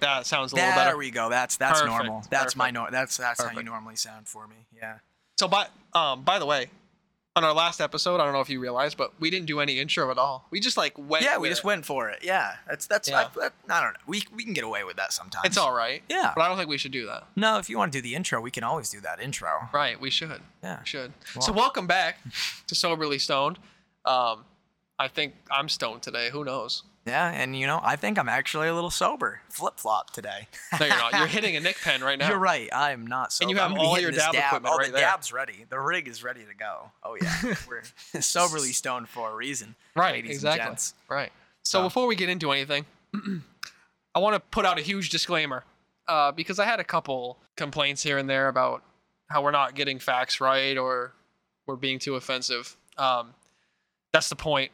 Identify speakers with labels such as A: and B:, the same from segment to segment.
A: That sounds a little
B: There
A: better.
B: we go. That's that's
A: Perfect,
B: normal. That's my
A: perfect.
B: nor. That's that's how you
A: Perfect.
B: normally sound for me. Yeah.
A: So by um by the way, on our last episode, I don't know if you realized, but we didn't do any intro at all. We just like went.
B: yeah, we
A: with
B: just
A: it.
B: went for it. Yeah. That's that's
A: Yeah.
B: I, that- I don't know. We we can get away with that sometimes.
A: It's all right.
B: Yeah.
A: But I don't think we should do that.
B: No, if you want to do the intro, we can always do that intro.
A: Right. We should.
B: Yeah.
A: We should. So welcome back to Soberly Stoned. Um, I think I'm stoned today. Who knows?
B: Yeah, and you know, I think I'm actually a little sober. Flip flop today.
A: No, you're not. You're hitting a Nick pen right now.
B: You're right. I'm not sober.
A: And you have
B: I'm gonna be
A: all
B: hitting
A: your
B: this
A: dab equipment
B: all
A: right
B: the
A: there.
B: dab's ready. The rig is ready to go. Oh yeah, we're soberly stoned for a reason.
A: Right.
B: ladies and
A: exactly.
B: gents.
A: Right. So,
B: So-
A: before we get into anything, I want to put out a huge disclaimer uh, because I had a couple complaints here and there about how we're not getting facts right or we're being too offensive. Um, that's the point.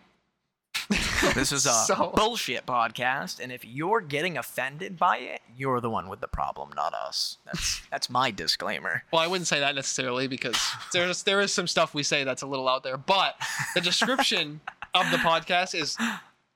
B: This is a
A: So-
B: bullshit podcast, and if you're getting offended by it, you're the one with the problem, not us. That's that's my disclaimer.
A: Well, I wouldn't say that necessarily because there's there is some stuff we say that's a little out there, but the description of the podcast is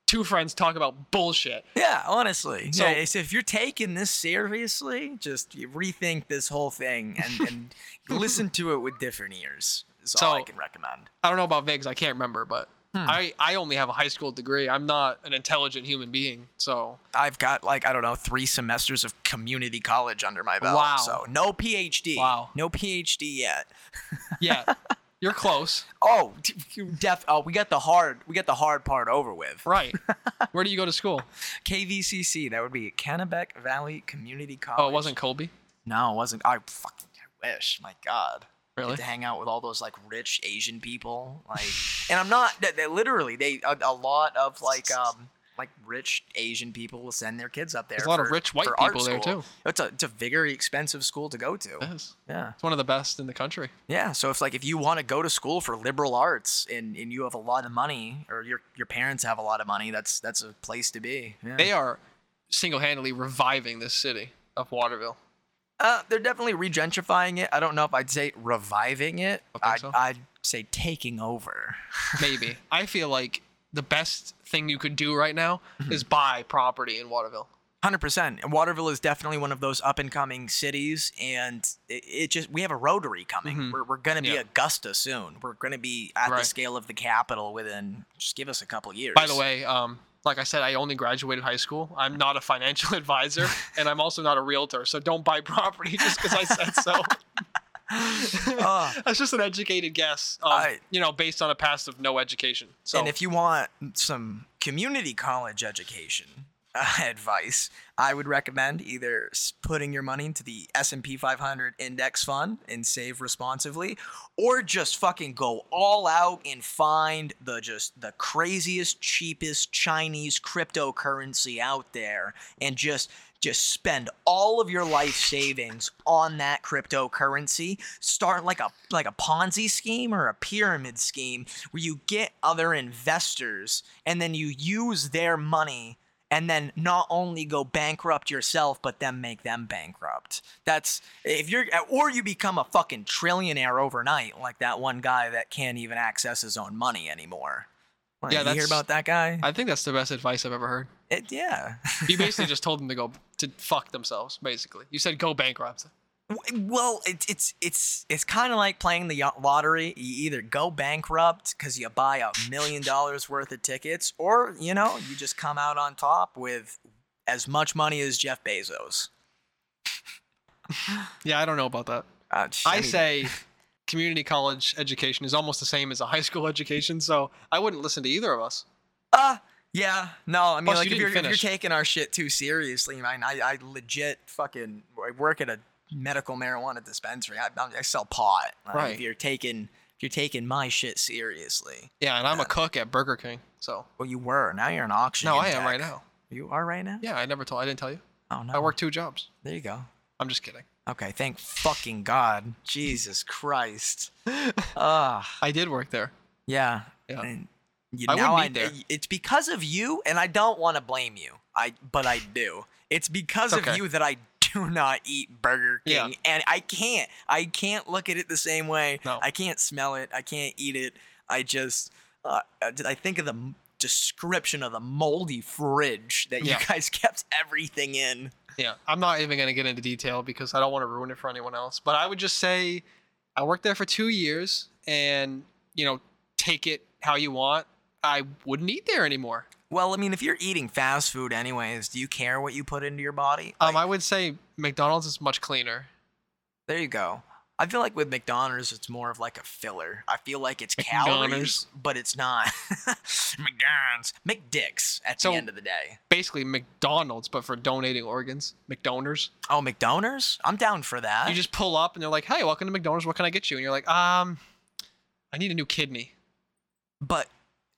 A: two friends talk about bullshit.
B: Yeah, honestly.
A: So-
B: So, yeah, so if you're taking this seriously, just you rethink this whole thing and, and listen to it with different ears. Is all I
A: So-
B: can recommend.
A: I don't know about Vigs. I can't remember, but I, I only have a high school degree. I'm not an intelligent human being. So
B: I've got like I don't know three semesters of community college under my belt.
A: Wow.
B: So no PhD.
A: Wow.
B: No PhD yet.
A: yeah, you're close.
B: Oh, d- you def. Oh, we got the hard. We got the hard part over with.
A: Right. Where do you go to school?
B: KVCC. That would be Kennebec Valley Community College.
A: Oh, it wasn't Colby.
B: No, it wasn't. I fucking I wish. My God. Get
A: Really?
B: to hang out with all those like rich Asian people, like, and I'm not. They, they literally, they a, a lot of like um like rich Asian people will send their kids up there.
A: There's a lot of
B: for-
A: rich white
B: for art
A: people there,
B: school.
A: too.
B: It's a it's a very expensive school to go to.
A: Yes.
B: Yeah.
A: It's one of the best in the country.
B: Yeah. So if like if you want to go to school for liberal arts and, and you have a lot of money or your your parents have a lot of money, that's that's a place to be. Yeah.
A: They are single-handedly reviving this city of Waterville.
B: uh, they're definitely regentrifying it. I don't know if I'd say reviving it.
A: think
B: I'd,
A: so?
B: I'd say taking over.
A: Maybe. I feel like the best thing you could do right now is buy property in Waterville.
B: Hundred percent. And Waterville is definitely one of those up and coming cities, and it, it just we have a rotary coming. We're, we're going to be
A: Mm-hmm. Yeah.
B: Augusta soon. We're going to be at the
A: Right.
B: scale of the capital within. Just give us a couple years.
A: By the way, um, like I said, I only graduated high school. I'm not a financial advisor, and I'm also not a realtor. So don't buy property just because I said so.
B: Ugh.
A: That's just an educated guess, um,
B: I-
A: you know, based on a past of no education. So
B: And if you want some community college education uh, advice, I would recommend either s- putting your money into the S&P 500 index fund and save responsively or just fucking go all out and find the just the craziest cheapest Chinese cryptocurrency out there and just just spend all of your life savings on that cryptocurrency start like a like a ponzi scheme or a pyramid scheme where you get other investors and then you use their money and then not only go bankrupt yourself but then make them bankrupt that's if you're or you become a fucking trillionaire overnight like that one guy that can't even access his own money anymore Like,
A: Yeah,
B: you hear
A: that's-
B: about that guy
A: I think that's the best advice I've ever heard.
B: It- yeah
A: You basically just told them to go to fuck themselves. Basically, you said go bankrupt.
B: W- Well, it, it's it's it's kind of like playing the yacht lottery. You either go bankrupt because you buy a million dollars worth of tickets, or you know you just come out on top with as much money as Jeff Bezos.
A: Yeah, I don't know about that.
B: Uh, sh-
A: I
B: mean,
A: say community college education is almost the same as a high school education, so I wouldn't listen to either of us.
B: uh, yeah, no. I mean,
A: Plus,
B: like
A: you
B: if
A: didn't
B: you're, if you're
A: finish.
B: taking our shit too seriously, man, I, I legit fucking I work at a medical marijuana dispensary. I, I sell pot. Like,
A: Right.
B: If you're taking if you're taking my shit seriously,
A: Yeah, and I'm a cook at Burger King, so
B: well, you were. Now you're an auction.
A: no, I am right now.
B: You are right now.
A: Yeah, I never told. I didn't tell you.
B: Oh no.
A: I work two jobs.
B: There you go.
A: I'm just kidding.
B: Okay, thank fucking God. Jesus Christ. Ah,
A: I did work there.
B: yeah.
A: Yeah.
B: And you,
A: I
B: now I,
A: wouldn't eat
B: It's because of you, and I don't want to blame you. I but I do. It's because of
A: Okay.
B: you that I do not eat Burger
A: Yeah.
B: King, and I can't. I can't look at it the same way.
A: No.
B: I can't smell it. I can't eat it. I just. Uh, I I think of the m- description of the moldy fridge that
A: Yeah.
B: you guys kept everything in.
A: Yeah, I'm not even going to get into detail because I don't want to ruin it for anyone else. But I would just say I worked there for two years and, you know, take it how you want. I wouldn't eat there anymore.
B: Well, I mean, if you're eating fast food anyways, do you care what you put into your body?
A: Um, I would say McDonald's is much cleaner.
B: There you go. I feel like with McDonald's, it's more of like a filler. I feel like it's calories,
A: McDonald's.
B: but it's not. McDonald's, McDicks at
A: So-
B: the end of the day.
A: Basically, McDonald's, but for donating organs, McDonors.
B: Oh, McDonald's? I'm down for that.
A: You just pull up and they're like, "Hey, welcome to McDonald's. What can I get you?" And you're like, "Um, I need a new kidney."
B: but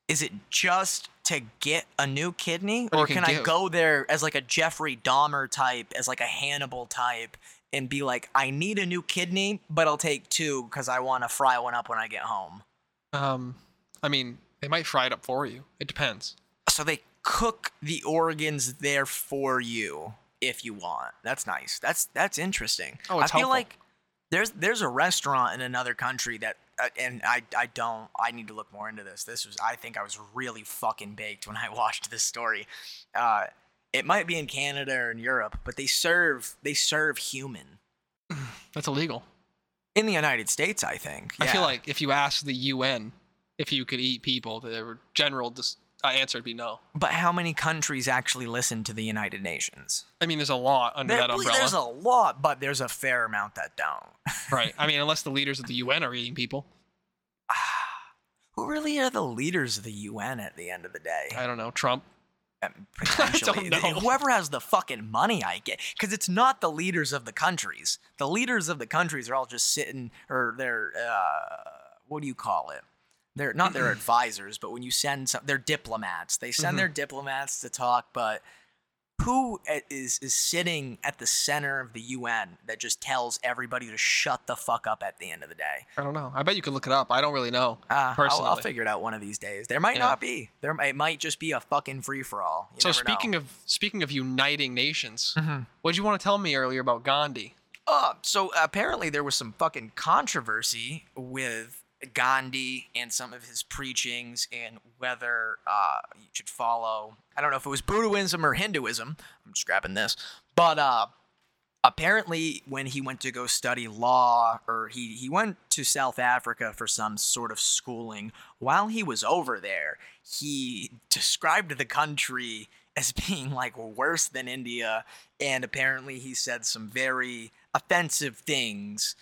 B: is it just to get a new kidney,
A: Or you
B: or
A: can
B: can, I
A: give.
B: go there as like a Jeffrey Dahmer type, as like a Hannibal type, and be like, I need a new kidney, but I'll take two because I want to fry one up when I get home.
A: Um, I mean, they might fry it up for you. It depends.
B: So they cook the organs there for you if you want. That's nice. That's that's interesting.
A: Oh, it's
B: I feel
A: helpful.
B: like there's there's a restaurant in another country that uh, and I I don't I need to look more into this. This was I think I was really fucking baked when I watched this story. Uh, it might be in Canada or in Europe, but they serve they serve human
A: That's illegal.
B: in the United States. I think.
A: I feel
B: Yeah.
A: like if you asked the UN if you could eat people, their general dis- uh, answer would be no.
B: But how many countries actually listen to the United Nations?
A: I mean, there's a lot under
B: There-
A: that umbrella,
B: There's a lot, but there's a fair amount that don't.
A: right? I mean, unless the leaders of the UN are eating people.
B: who really are the leaders of the UN at the end of the day?
A: I don't know. Trump.
B: Um, Potentially,
A: know.
B: whoever has the fucking money, I get, because it's not the leaders of the countries. The leaders of the countries are all just sitting, or they're uh, what do you call it? They're not their advisors, but when you send some, they're diplomats. They send
A: Mm-hmm.
B: their diplomats to talk, but who i- is is sitting at the center of the UN that just tells everybody to shut the fuck up at the end of the day?
A: I don't know. I bet you could look it up. I don't really know.
B: Uh, I'll,
A: Personally.
B: I'll figure it out one of these days. There might
A: Yeah.
B: not be. There it might just be a fucking free for all.
A: so speaking of speaking of uniting nations,
B: Mhm.
A: what did you want to tell me earlier about Gandhi?
B: oh, so apparently there was some fucking controversy with Gandhi and some of his preachings and whether uh, you should follow. I don't know if it was Buddhism or Hinduism. I'm just grabbing this, but uh, apparently when he went to go study law or he, he went to south africa for some sort of schooling while he was over there he described the country as being like worse than india and apparently he said some very offensive things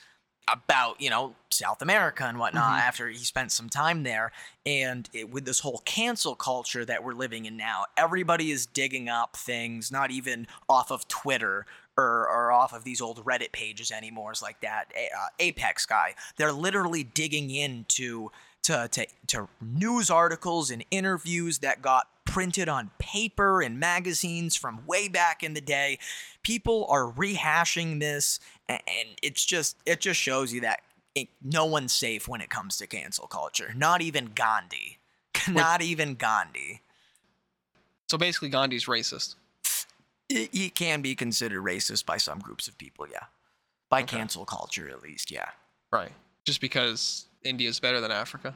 B: about you know South America and whatnot after he spent some time there and it, with this whole cancel culture that we're living in now everybody is digging up things not even off of Twitter or, or off of these old Reddit pages anymore it's like that A- uh, Apex guy they're literally digging into to, to to news articles and interviews that got printed on paper and magazines from way back in the day. People are rehashing this, a- and it's just it just shows you that it, no one's safe when it comes to cancel culture. Not even Gandhi. Not even Gandhi.
A: So basically, Gandhi's racist.
B: He- He can be considered racist by some groups of people, yeah. By
A: Okay.
B: cancel culture, at least, yeah.
A: Right. Just because India's better than Africa.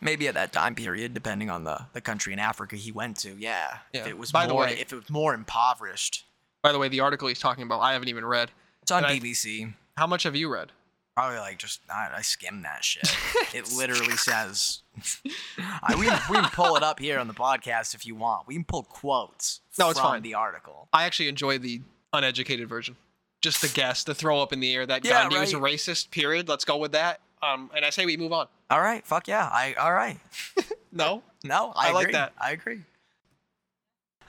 B: maybe at that time period, depending on the, the country in Africa he went to. Yeah,
A: Yeah.
B: if it was
A: By the
B: more,
A: way-
B: if it was more impoverished,
A: By the way, the article he's talking about, I haven't even read.
B: it's on
A: And I-
B: BBC.
A: How much have you read?
B: Probably like just I, I skimmed that shit. it literally says, I, we can, we can pull it up here on the podcast if you want. We can pull quotes.
A: No, it's
B: from
A: fine.
B: The article.
A: I actually enjoy the uneducated version. Just the guess, the throw up in the air that
B: Yeah,
A: Gandhi was a racist. Period. Let's go with that. Um, and I say we move on.
B: All right, fuck yeah. I all right.
A: No.
B: No, I,
A: I like
B: agree.
A: that.
B: I agree.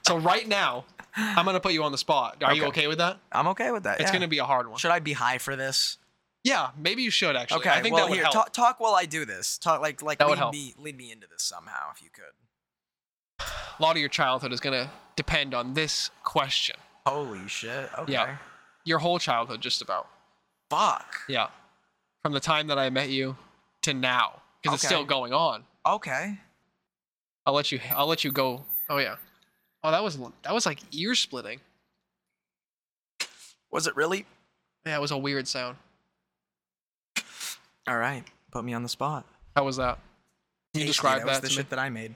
A: So right now, I'm gonna put you on the spot. Are you
B: Okay.
A: okay with that?
B: I'm okay with that.
A: It's
B: yeah.
A: gonna be a hard one.
B: Should I be high for this?
A: Yeah, maybe you should actually.
B: Okay.
A: I think
B: well,
A: that would
B: here,
A: help.
B: Talk, talk while I do this. Talk like like
A: That
B: lead
A: would help.
B: me lead me into this somehow if you could.
A: a lot of your childhood is gonna depend on this question.
B: Holy shit. Okay.
A: Yeah. Your whole childhood, just about.
B: Fuck.
A: Yeah. From the time that I met you to now, because it's
B: Okay.
A: still going on.
B: Okay.
A: I'll let you. I'll let you go. Oh yeah. Oh, that was that was like ear splitting.
B: Was it really?
A: Yeah, it was a weird sound.
B: All right. Put me on the spot.
A: How was that? Can you
B: Tasty,
A: describe
B: was
A: that,
B: the
A: to me?
B: shit that I made.
A: Can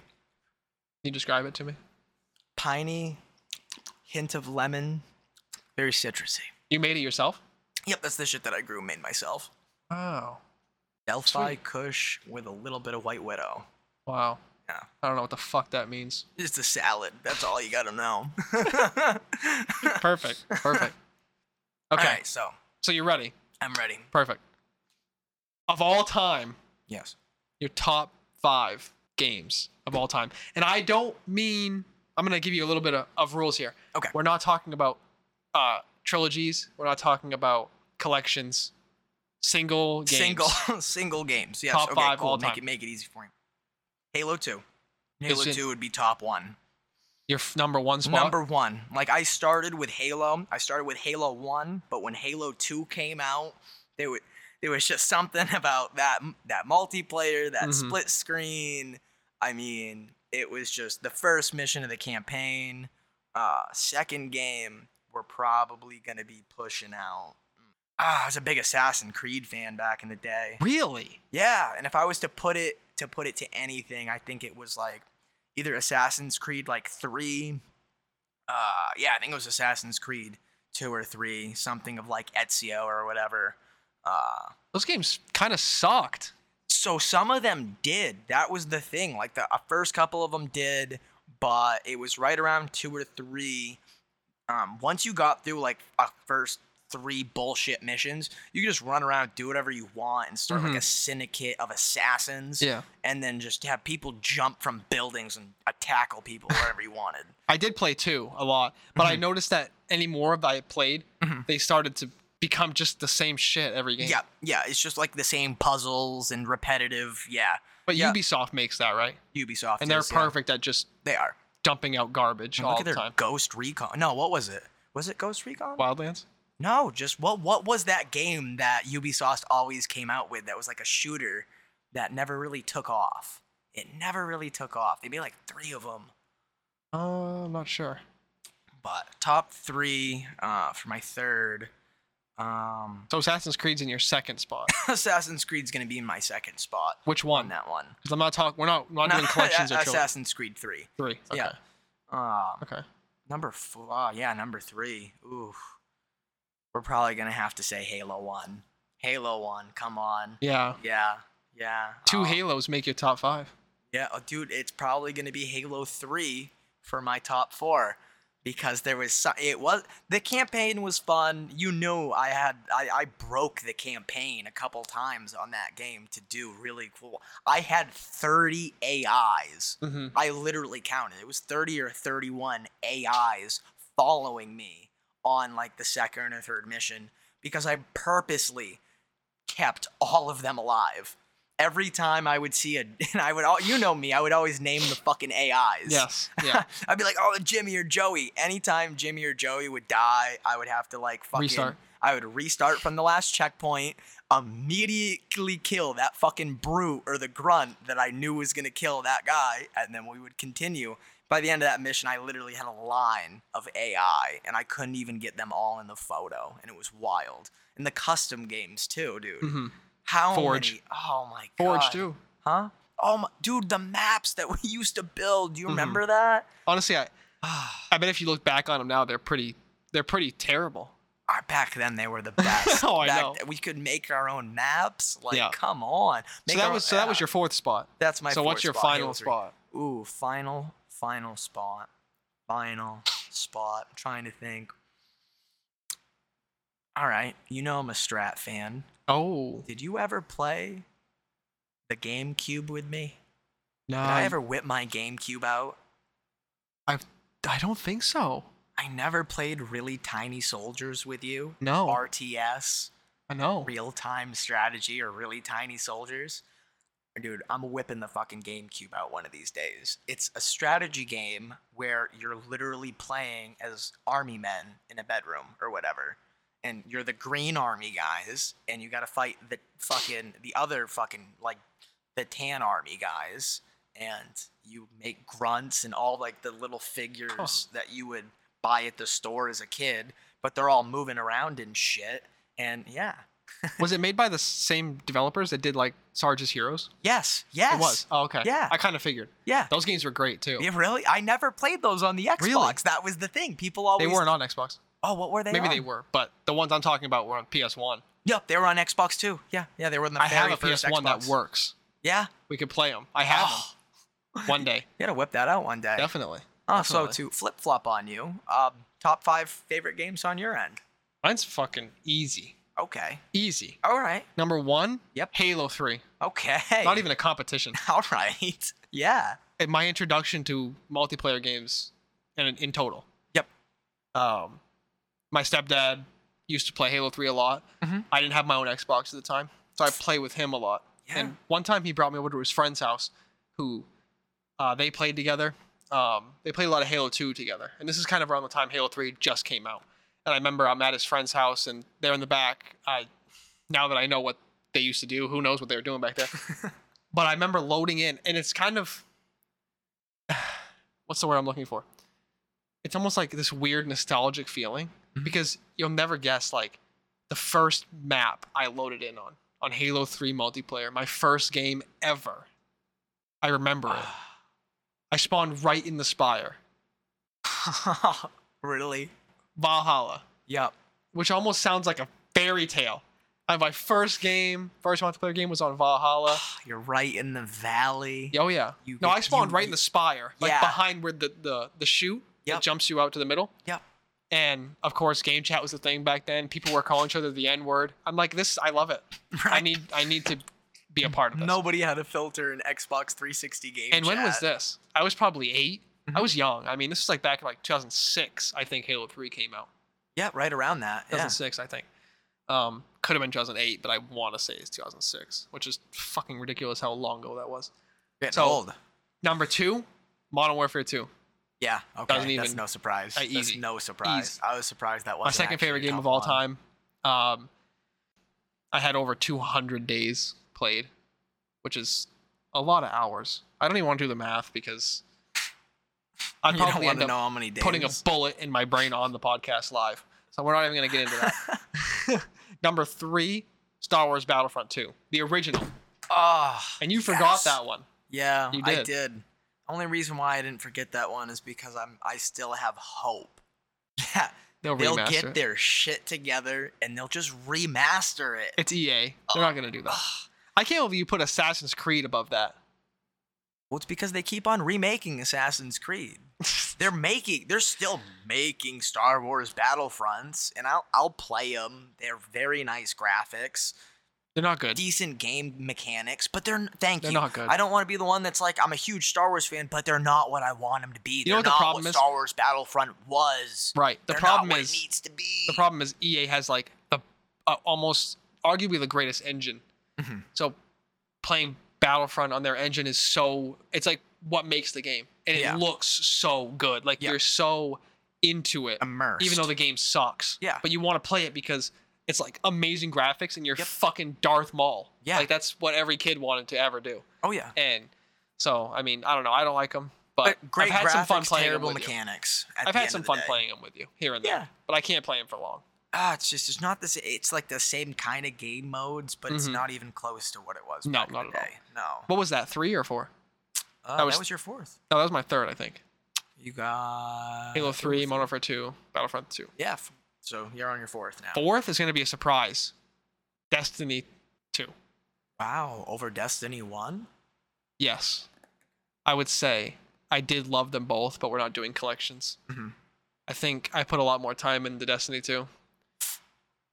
A: you describe it to me?
B: Piney, hint of lemon, Very citrusy.
A: You made it yourself?
B: Yep, that's the shit that I grew and made myself.
A: Oh.
B: Delphi Kush with a little bit of White Widow.
A: Wow.
B: Yeah.
A: I don't know what the fuck that means.
B: Just a salad. That's all you gotta know. okay.
A: Perfect. Perfect. Okay.
B: so
A: So you're ready.
B: I'm ready.
A: Perfect. Of all time,
B: Yes.
A: your top five games of all time. And I don't mean I'm gonna give you a little bit of, of rules here.
B: Okay.
A: We're not talking about uh trilogies, we're not talking about collections, single games.
B: Single single games. Yes.
A: Top
B: okay,
A: five
B: cool.
A: all
B: make
A: time.
B: it make it easy for me. Halo two. Halo
A: Isn't-
B: two would be top one.
A: Your f- number one spot.
B: Number one. Like I started with Halo. I started with Halo One, but when Halo Two came out, there was there was just something about that that multiplayer, that
A: Mhm.
B: split screen. I mean, it was just the first mission of the campaign. Uh, second game, we're probably gonna be pushing out. Ah, I was a big Assassin Creed fan back in the day.
A: Really?
B: Yeah, and if I was to put it to put it to anything, I think it was like either Assassin's Creed like three. Uh, yeah, I think it was Assassin's Creed two or three, something of like Ezio or whatever. Uh,
A: Those games kind of sucked.
B: so some of them did. That was the thing. Like the uh, first couple of them did, but it was right around two or three. Um, once you got through like a first three bullshit missions, you could just run around, do whatever you want, and start
A: Mhm.
B: like a syndicate of assassins.
A: Yeah.
B: And then just have people jump from buildings and uh, tackle people wherever you wanted.
A: I did play two a lot, but
B: Mm-hmm.
A: I noticed that any more that I played,
B: Mhm.
A: they started to become just the same shit every game.
B: Yeah, yeah. It's just like the same puzzles and repetitive. Yeah,
A: But
B: Yeah.
A: Ubisoft makes that, right?
B: Ubisoft.
A: And they're
B: is, yeah.
A: perfect at just
B: They are.
A: dumping out garbage
B: And
A: all
B: look at
A: the
B: their
A: time.
B: Ghost Recon. No, what was it? Was it Ghost Recon?
A: Wildlands?
B: No, just what what was that game that Ubisoft always came out with that was like a shooter that never really took off? It never really took off. They made like three of them.
A: Uh, I'm not sure.
B: But top three uh, for my third. Um,
A: So Assassin's Creed's in your second spot.
B: Assassin's Creed's gonna be in my second spot
A: Which
B: on
A: one?
B: that one.
A: 'Cause I'm not talking. We're not. We're not doing collections or trilogy.
B: Assassin's Creed three.
A: Three. Okay.
B: Yeah. Um,
A: Okay.
B: Number four. ah, yeah, number three. Ooh. We're probably going to have to say Halo 1. Halo 1, come on.
A: Yeah.
B: Yeah, yeah.
A: Two
B: um,
A: Halos make your top five.
B: Yeah, oh, dude, it's probably going to be Halo 3 for my top four because there was so- it was the campaign was fun you knew i had I, I broke the campaign a couple times on that game to do really cool i had 30 ais
A: Mm-hmm.
B: I literally counted. It was 30 or 31 AIs following me on like the second or third mission because I purposely kept all of them alive. Every time I would see a, and I would, all, you know me, I would always name the fucking AIs.
A: Yes. Yeah.
B: I'd be like, oh, Jimmy or Joey. Anytime Jimmy or Joey would die, I would have to like fucking.
A: Restart.
B: I would restart from the last checkpoint, immediately kill that fucking brute or the grunt that I knew was gonna kill that guy, and then we would continue. By the end of that mission, I literally had a line of AI, and I couldn't even get them all in the photo, and it was wild. And the custom games too, dude.
A: hmm
B: How
A: Forge.
B: many? Oh my god.
A: Forge too.
B: Huh? Oh my, dude, the maps that we used to build.
A: Mm-hmm.
B: Do you remember that?
A: Honestly, I. I bet if you look back on them now, they're pretty. They're pretty terrible.
B: our Ah, back then they were the best.
A: Oh, I
B: Back
A: know.
B: th- we could make our own maps. Like,
A: Yeah.
B: come on. Make
A: So that
B: our
A: was.
B: own-
A: So that was
B: yeah.
A: your fourth spot.
B: That's my.
A: so what's
B: fourth
A: your
B: spot,
A: final
B: Halo three.
A: spot?
B: Ooh, final, final spot, final spot. I'm trying to think. All right, you know I'm a Strat fan.
A: Oh.
B: Did you ever play the GameCube with me?
A: No.
B: Did I ever whip my GameCube out?
A: I don't think so.
B: I never played really tiny soldiers with you.
A: No.
B: RTS.
A: I know.
B: real time strategy or really tiny soldiers. Dude, I'm whipping the fucking GameCube out one of these days. It's a strategy game where you're literally playing as army men in a bedroom or whatever. And you're the green army guys, and you gotta fight the fucking, the other fucking, like, the tan army guys. And you make grunts and all, like, the little figures that you would buy at the store as a kid, but they're all moving around and shit. And yeah,
A: Was it made by the same developers that did like Sarge's Heroes?
B: Yes, yes.
A: It was. Oh, okay.
B: Yeah.
A: I kind of figured.
B: Yeah.
A: Those games were great too.
B: Yeah, really? I never played those on the Xbox.
A: Really?
B: That was the thing. People always
A: They weren't on Xbox.
B: Oh, what were they?
A: Maybe they
B: on?
A: were, but the ones I'm talking about were on PS1.
B: Yep, they were on Xbox too. Yeah, yeah, they were on the
A: I have
B: very
A: a
B: first
A: PS1 that
B: Xbox.
A: works.
B: Yeah,
A: We could play them. I have
B: Oh.
A: 'em. One day,
B: you gotta whip that out one day.
A: definitely.
B: Oh, so
A: definitely.
B: to flip flop on you, um, top five favorite games on your end.
A: Mine's fucking easy.
B: Okay.
A: Easy.
B: All right.
A: Number one.
B: Yep.
A: Halo Three.
B: Okay.
A: Not even a competition.
B: All right. Yeah.
A: And my introduction to multiplayer games, and in total.
B: Yep.
A: Um, my stepdad used to play Halo Three a lot.
B: Mhm.
A: I didn't have my own Xbox at the time, so I play with him a lot.
B: Yeah.
A: And one time he brought me over to his friend's house, who uh, they played together. Um, they played a lot of Halo 2 together. And this is kind of around the time Halo 3 just came out. And I remember I'm at his friend's house and they're in the back. I now that I know what they used to do, who knows what they were doing back there. but I remember loading in and it's kind of what's the word I'm looking for? It's almost like this weird nostalgic feeling
B: Mhm.
A: because you'll never guess like the first map I loaded in on on Halo 3 multiplayer, my first game ever. I remember it. I spawned right in the spire,
B: really?
A: Valhalla,
B: Yep.
A: which almost sounds like a fairy tale. And my first game, first multiplayer game was on Valhalla.
B: You're right in the valley.
A: Oh yeah.
B: You
A: no,
B: get-
A: I spawned
B: you-
A: right in the spire, like
B: Yeah.
A: behind where the the the chute
B: Yep.
A: that jumps you out to the middle.
B: Yep.
A: And of course, game chat was the thing back then. People were calling each other the N word. I'm like, this. I love it. I
B: Right.
A: need. I need to be a part of this.
B: Nobody had a filter in Xbox 360 game.
A: And when was
B: chat.
A: this? I was probably 8 I
B: Mhm.
A: was young. I mean, this was like back in like 2006. I think Halo 3 came out.
B: Yeah, right around that. Yeah.
A: 2006, I think. Um, could have been 2008, but I want to say it's 2006, which is fucking ridiculous how long ago that was.
B: Getting
A: so-
B: old.
A: Number two, Modern Warfare 2.
B: Yeah. Okay.
A: Doesn't
B: That's
A: even-
B: no surprise.
A: Uh,
B: That's
A: easy.
B: no surprise.
A: Easy.
B: I was surprised that wasn't
A: My second
B: actually
A: favorite
B: a
A: game
B: top
A: of all
B: one.
A: time. Um, I had over 200 days played, which is a lot of hours. I don't even want to do the math because I
B: You don't
A: probably
B: want
A: end
B: to
A: up
B: know how many days.
A: putting a bullet in my brain on the podcast live. So we're not even going to get into that. Number three, Star Wars Battlefront 2, the original.
B: Ah.
A: And you forgot
B: Yes.
A: that one.
B: Yeah,
A: You
B: I
A: did.
B: did. Only reason why I didn't forget that one is because I'm I still have hope. Yeah,
A: They'll,
B: they'll
A: remaster
B: get
A: it.
B: their shit together and they'll just remaster it.
A: It's EA. They're not going to do that. I can't believe you put Assassin's Creed above that.
B: Well, it's because they keep on remaking Assassin's Creed. they're making, they're still making Star Wars Battlefronts, and I'll I'll play them. They're very nice graphics,
A: They're not good.
B: decent game mechanics, but they're n- thank
A: They're
B: you.
A: not good.
B: I don't want to be the one that's like I'm a huge Star Wars fan, but they're not what I want them to be.
A: You
B: they're
A: know what the
B: not
A: problem
B: what
A: is?
B: Star Wars Battlefront was.
A: Right. The
B: They're not
A: problem
B: what
A: is
B: it needs to be.
A: the problem is EA has like the uh, almost arguably the greatest engine.
B: Mhm.
A: So playing Battlefront on their engine is so it's like what makes the game, and
B: Yeah.
A: it looks so good. Like
B: Yeah.
A: you're so into it,
B: immersed.
A: even though the game sucks.
B: Yeah.
A: But you want to play it because it's like amazing graphics, and you're
B: Yep.
A: fucking Darth Maul.
B: Yeah.
A: Like that's what every kid wanted to ever do.
B: oh yeah,
A: And so I mean I don't know I don't like them, but,
B: but great
A: I've had
B: graphics,
A: some fun playing 'em
B: terrible
A: with you.
B: mechanics. at
A: I've
B: the
A: had
B: end
A: some
B: of the
A: fun
B: day.
A: playing them with you here and there,
B: Yeah.
A: but I can't play them for long.
B: Ah, it's just it's not the sa- It's like the same kind of game modes, but it's
A: Mhm.
B: not even close to what it was.
A: No,
B: back in
A: not
B: the
A: at all.
B: day. No,
A: What was that? Three or four?
B: Uh,
A: that
B: that,
A: was-
B: was, your fourth.
A: No, that was my third, I think.
B: You got
A: Halo 3, Modern Warfare 2, Battlefront 2.
B: Yeah, f- so you're on your fourth now.
A: Fourth is going to be a surprise. Destiny 2.
B: Wow, over Destiny one.
A: Yes. I would say I did love them both, but we're not doing collections.
B: Mhm.
A: I think I put a lot more time into Destiny 2.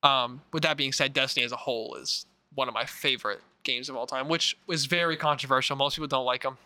A: Um, with that being said, Destiny as a whole is one of my favorite games of all time, which is very controversial. Most people don't like them.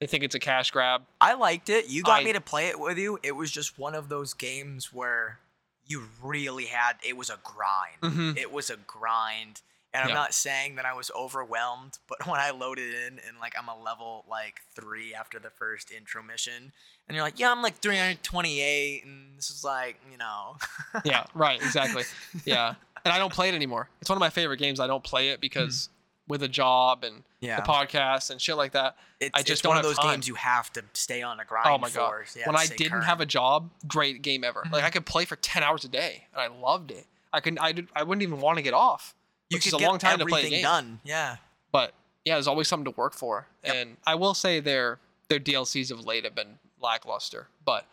A: They think it's a cash grab.
B: I liked it. You got
A: I-
B: me to play it with you. It was just one of those games where you really had it was a grind.
A: Mhm.
B: It was a grind. And I'm
A: Yeah.
B: not saying that I was overwhelmed, but when I loaded in and like I'm a level like three after the first intro mission, and you're like, yeah, I'm like 328, and this is like, you know,
A: yeah, right, exactly. Yeah. And I don't play it anymore. It's one of my favorite games. I don't play it because with a job and
B: Hmm. yeah,
A: the podcast and shit like that.
B: it's,
A: I just
B: it's one
A: don't
B: of
A: have
B: those
A: time.
B: games you have to stay on a grind.
A: Oh my god.
B: for, yeah,
A: when
B: to
A: I
B: stay
A: didn't
B: current.
A: have a job, great game ever. Like
B: Mhm.
A: I could play for 10 hours a day and I loved it. I couldn't I did I wouldn't even want to get off.
B: you
A: which is
B: could
A: a
B: get
A: long time to play a
B: everything
A: game.
B: done. Yeah,
A: But yeah, there's always something to work for.
B: Yep.
A: And I will say their their DLCs of late have been lackluster, but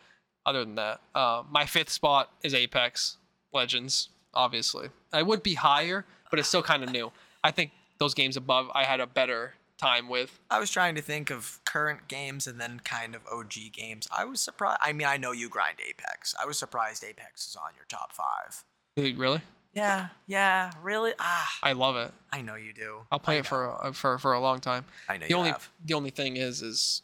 A: other than that, uh, my fifth spot is Apex Legends. Obviously, I would be higher, but it's still kind of new. I think those games above I had a better time with.
B: I was trying to think of current games and then kind of OG games. I was surprised. I mean, I know you grind Apex. I was surprised Apex is on your top five.
A: Dude, really?
B: Yeah, yeah, really. Ah,
A: I love it.
B: I know you do.
A: I'll play
B: I
A: it for a, for for a long time.
B: know. I know
A: the
B: you
A: only
B: have.
A: the only thing is is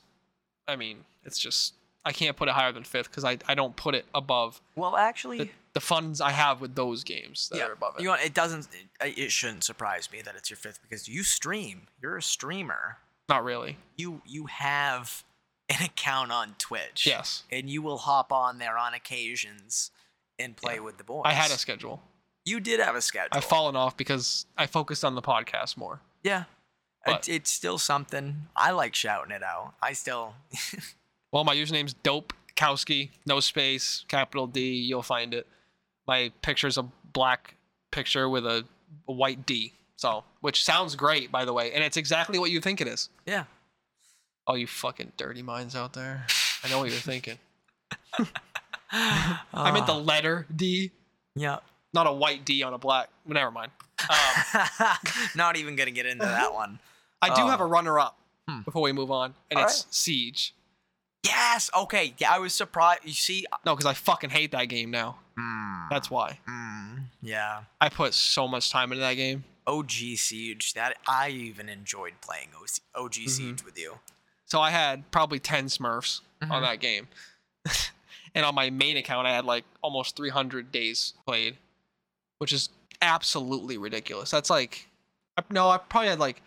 A: i mean it's just i can't put it higher than fifth because I, I don't put it above
B: Well, actually,
A: the, the funds i have with those games that
B: yeah.
A: are above it
B: You want, it doesn't. It, it shouldn't surprise me that it's your fifth because you stream. You're a streamer.
A: not really
B: You you have an account on Twitch.
A: yes
B: And you will hop on there on occasions and play with the boys.
A: i had a schedule
B: You did have a schedule.
A: i've fallen off because i focused on the podcast more
B: Yeah.
A: But-
B: It, it's still something. I like shouting it out. I still.
A: well my username's dope kowski no space capital d you'll find it my picture's a black picture with a, a white d so which sounds great by the way and it's exactly what you think it is
B: Yeah.
A: all you fucking dirty minds out there i know what you're thinking I meant the
B: Ah,
A: letter D,
B: Yeah.
A: not a white D on a black. Never mind. Um,
B: Not even going to get into that one.
A: I do
B: Oh.
A: have a runner up
B: Hmm.
A: before we move on, and
B: All
A: it's Siege.
B: Yes. Okay. Yeah, I was surprised. You see.
A: No, because I fucking hate that game now.
B: Mm,
A: That's why
B: mm, yeah.
A: I put so much time into that game.
B: OG Siege. That I even enjoyed playing OC, OG
A: Mm-hmm.
B: Siege with you.
A: So I had probably ten Smurfs on
B: Mhm.
A: that game, and on my main account I had like almost 300 days played, which is absolutely ridiculous. That's like, I- no, I probably had like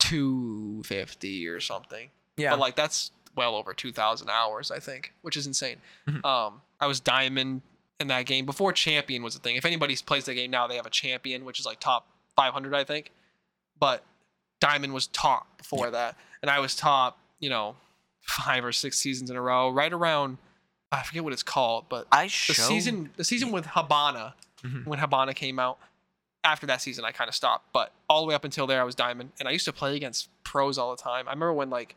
A: 250 or something.
B: Yeah.
A: but like that's well over 2000 hours i think which is insane
B: Mhm.
A: um i was diamond in that game before champion was a thing if anybody plays the game now they have a champion which is like top 500 i think but diamond was top before that and i was top you know five or six seasons in a row right around i forget what it's called but
B: I
A: the
B: showed.
A: season the season with habana
B: Mhm.
A: when habana came out after that season i kind of stopped but all the way up until there i was diamond and i used to play against pros all the time i remember when like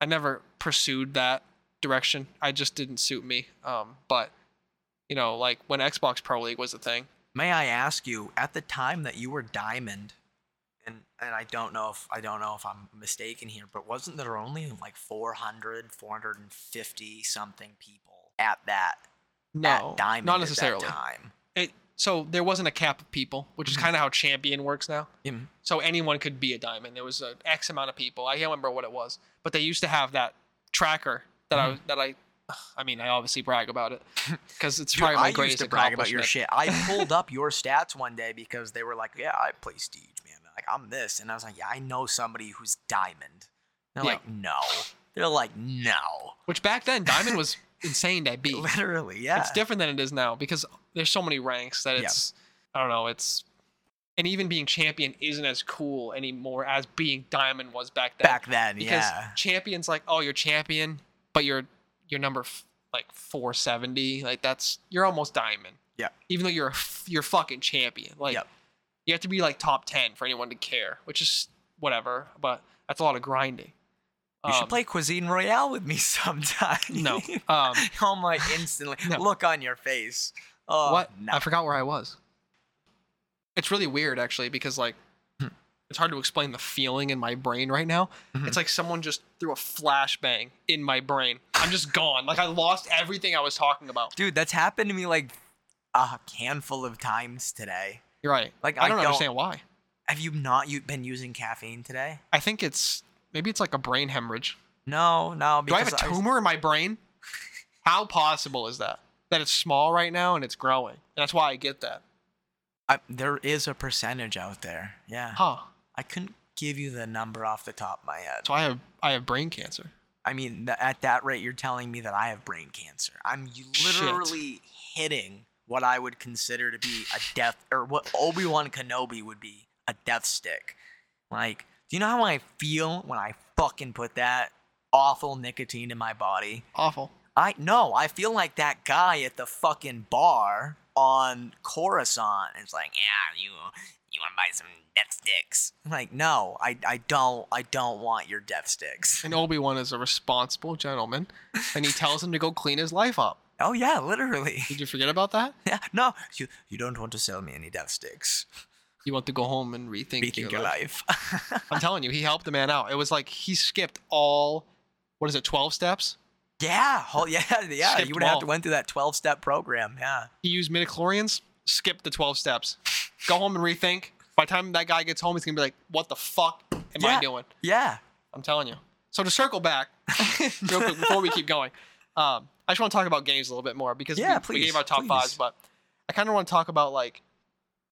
A: i never pursued that direction i just didn't suit me um but you know like when xbox pro league was a thing
B: May I ask you, at the time that you were Diamond, and and I don't know if I don't know if I'm mistaken here, but wasn't there only like 400, 450 something people at that
A: no
B: at Diamond?
A: not necessarily
B: At that time.
A: it so there wasn't a cap of people which is
B: Mhm.
A: kind of how champion works now
B: Mhm.
A: so anyone could be a diamond there was an x amount of people i can't remember what it was but they used to have that tracker that
B: Mm-hmm.
A: i was that i i mean i obviously brag about it because it's
B: Dude,
A: probably my
B: I used
A: greatest
B: to brag about your
A: accomplishment.
B: shit. I pulled up your stats one day because they were like, "Yeah, I play Siege, man. Like I'm this," and I was like, "Yeah, I know somebody who's Diamond." They're
A: Yeah.
B: like, "No." They're like, "No."
A: which back then diamond was insane to beat
B: Literally, yeah.
A: it's different than it is now because there's so many ranks that
B: Yeah.
A: it's I don't know, it's and even being champion isn't as cool anymore as being diamond was back then.
B: Back then,
A: because
B: yeah.
A: champion's like, oh, you're champion, but you're you're number f- like 470, like that's you're almost diamond.
B: Yeah.
A: Even though you're a f- you're fucking champion, like
B: Yep.
A: you have to be like top 10 for anyone to care, which is whatever, but that's a lot of grinding.
B: You
A: Um,
B: should play Cuisine Royale with me sometime.
A: No. Um
B: I'm like instantly
A: No.
B: look on your face. Oh,
A: what?
B: No.
A: I forgot where I was. Uh, It's really weird actually because like
B: Hmm.
A: it's hard to explain the feeling in my brain right now.
B: Mhm.
A: It's like someone just threw a flashbang in my brain. I'm just gone. Like I lost everything I was talking about.
B: Dude, that's happened to me like a handful of times today.
A: You're right.
B: Like,
A: I
B: I
A: don't
B: don't-
A: understand why.
B: Have you not you been using caffeine today?
A: I think it's maybe it's like a brain hemorrhage.
B: No, no.
A: Do I
B: Because
A: have a tumor in my brain? How possible is that? That it's small right now and it's growing. And that's why I get that.
B: I- there is a percentage out there. Yeah.
A: Huh.
B: I couldn't give you the number off the top of my head.
A: So I have I have brain cancer.
B: I mean, th- at that rate, you're telling me that I have brain cancer. I'm
A: Shit.
B: literally hitting what I would consider to be a death, or what Obi Wan Kenobi would be a death stick. Like, do you know how I feel when I fucking put that awful nicotine in my body?
A: Awful.
B: I no, I feel like that guy at the fucking bar on Coruscant. It's like, yeah, you you want to buy some death sticks? I'm like, no, I I don't I don't want your death sticks.
A: And Obi Wan is a responsible gentleman, and he tells him to go clean his life up.
B: Oh yeah, literally.
A: Did you forget about that?
B: Yeah. No, you you don't want to sell me any death sticks.
A: You want to go home and rethink,
B: Rethink your life.
A: I'm telling you, he helped the man out. It was like he skipped all, what is it, 12 steps?
B: yeah. Oh yeah. Yeah.
A: Skipped
B: you would have to
A: wall.
B: went through that twelve step program. Yeah.
A: He used midichlorians, skipped the 12 steps. Go home and rethink. By the time that guy gets home, he's going to be like, what the fuck am
B: Yeah.
A: I doing?
B: Yeah.
A: I'm telling you. So to circle back, real quick before we keep going, um, I just want to talk about games a little bit more because
B: Yeah,
A: we, we
B: please,
A: gave our top
B: please.
A: fives, but I kind of want to talk about like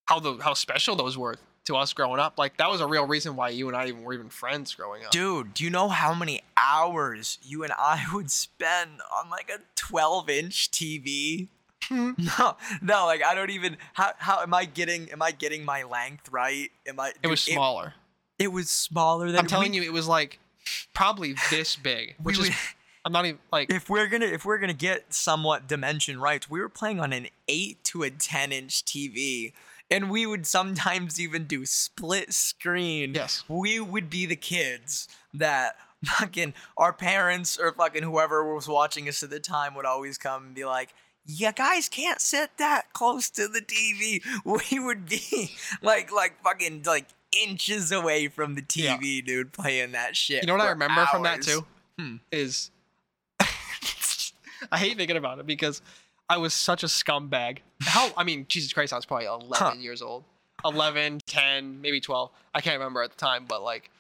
A: how the how special those were to us growing up. Like that was a real reason why you and I even were even friends growing up.
B: Dude, do you know how many hours you and I would spend on like a 12 inch TV?
A: Hmm.
B: no, no, like I don't even how how am I getting am I getting my length right? Am I
A: it was
B: dude,
A: smaller.
B: It, was smaller than
A: I'm telling
B: we-
A: you, it was like probably this big, which is
B: would-
A: I'm not even like
B: if we're gonna if we're gonna get somewhat dimension right, we were playing on an eight to a ten inch TV, and we would sometimes even do split screen.
A: Yes.
B: we would be the kids that fucking our parents or fucking whoever was watching us at the time would always come and be like. You guys can't sit that close to the TV. We would be like, like fucking, like inches away from the
A: Yeah.
B: TV, dude, playing that shit.
A: you know what I
B: for
A: remember from that
B: hours.
A: too
B: Hmm.
A: is I hate thinking about it because I was such a scumbag. How I mean, Jesus Christ, I was probably 11
B: Huh.
A: years old. 11, 10, maybe 12. I can't remember at the time, but like